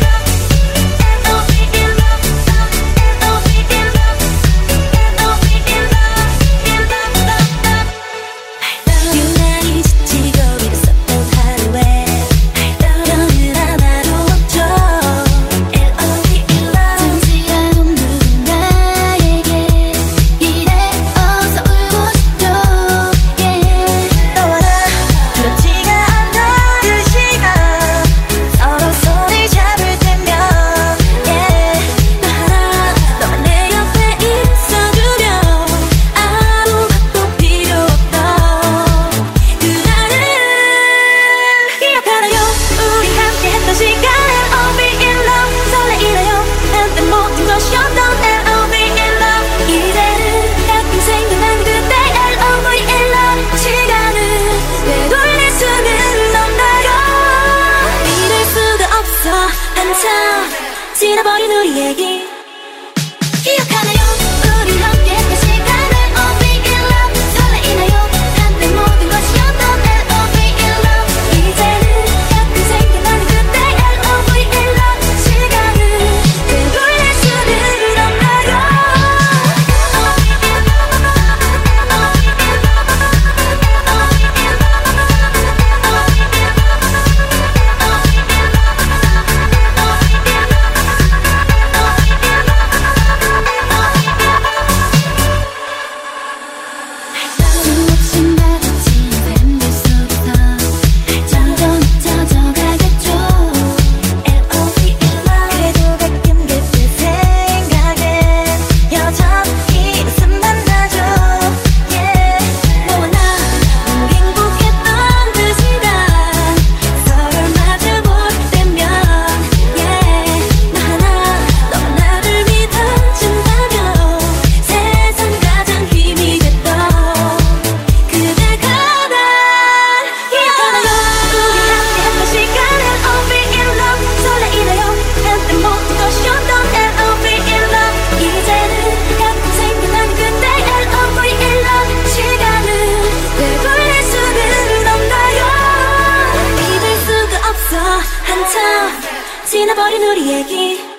Speaker 5: don't be in love, don't be in love, don't be in love, 유난히 지치고 있었던 하루에 떠오르는 하나로 멈춰 L.O.P.E. LOVE 진실한 누군가에게 이래 어서 울고 싶죠 예. 그 예. 한참 지나버린 우리 얘기 기억하나요 우리 함께 했던 시간을 Oh be in love 설레이나요 한때 모든 것이었던 L.O.V. in love 이제는 가끔 생각나는 그때 L.O.V. in love 시간을 되돌릴 수는 없나요 L.O.V. in love L.O.V. in love L.O.V. in 수없이 마주친 밴드 속에서 점점 잊혀져가겠죠 L.O.V. in love 그래도 가끔 그때 생각엔 여전히 웃음만 나죠 너와 나 행복했던 그 시간 서로를 마주 볼 때면 나 하나 너와 나를 믿어준다면 세상 가장 힘이 됐던 그대가 날 기억하나요 우리 함께 했던 시간은 I'll be in love 설레이나요 한때 모든 것이었던 I'll be in love 이제는 가끔 생각나는 그때 I'll be in love 시간을 되돌릴 수는 없나요 믿을 수가 없어 한참 지나버린 우리 얘기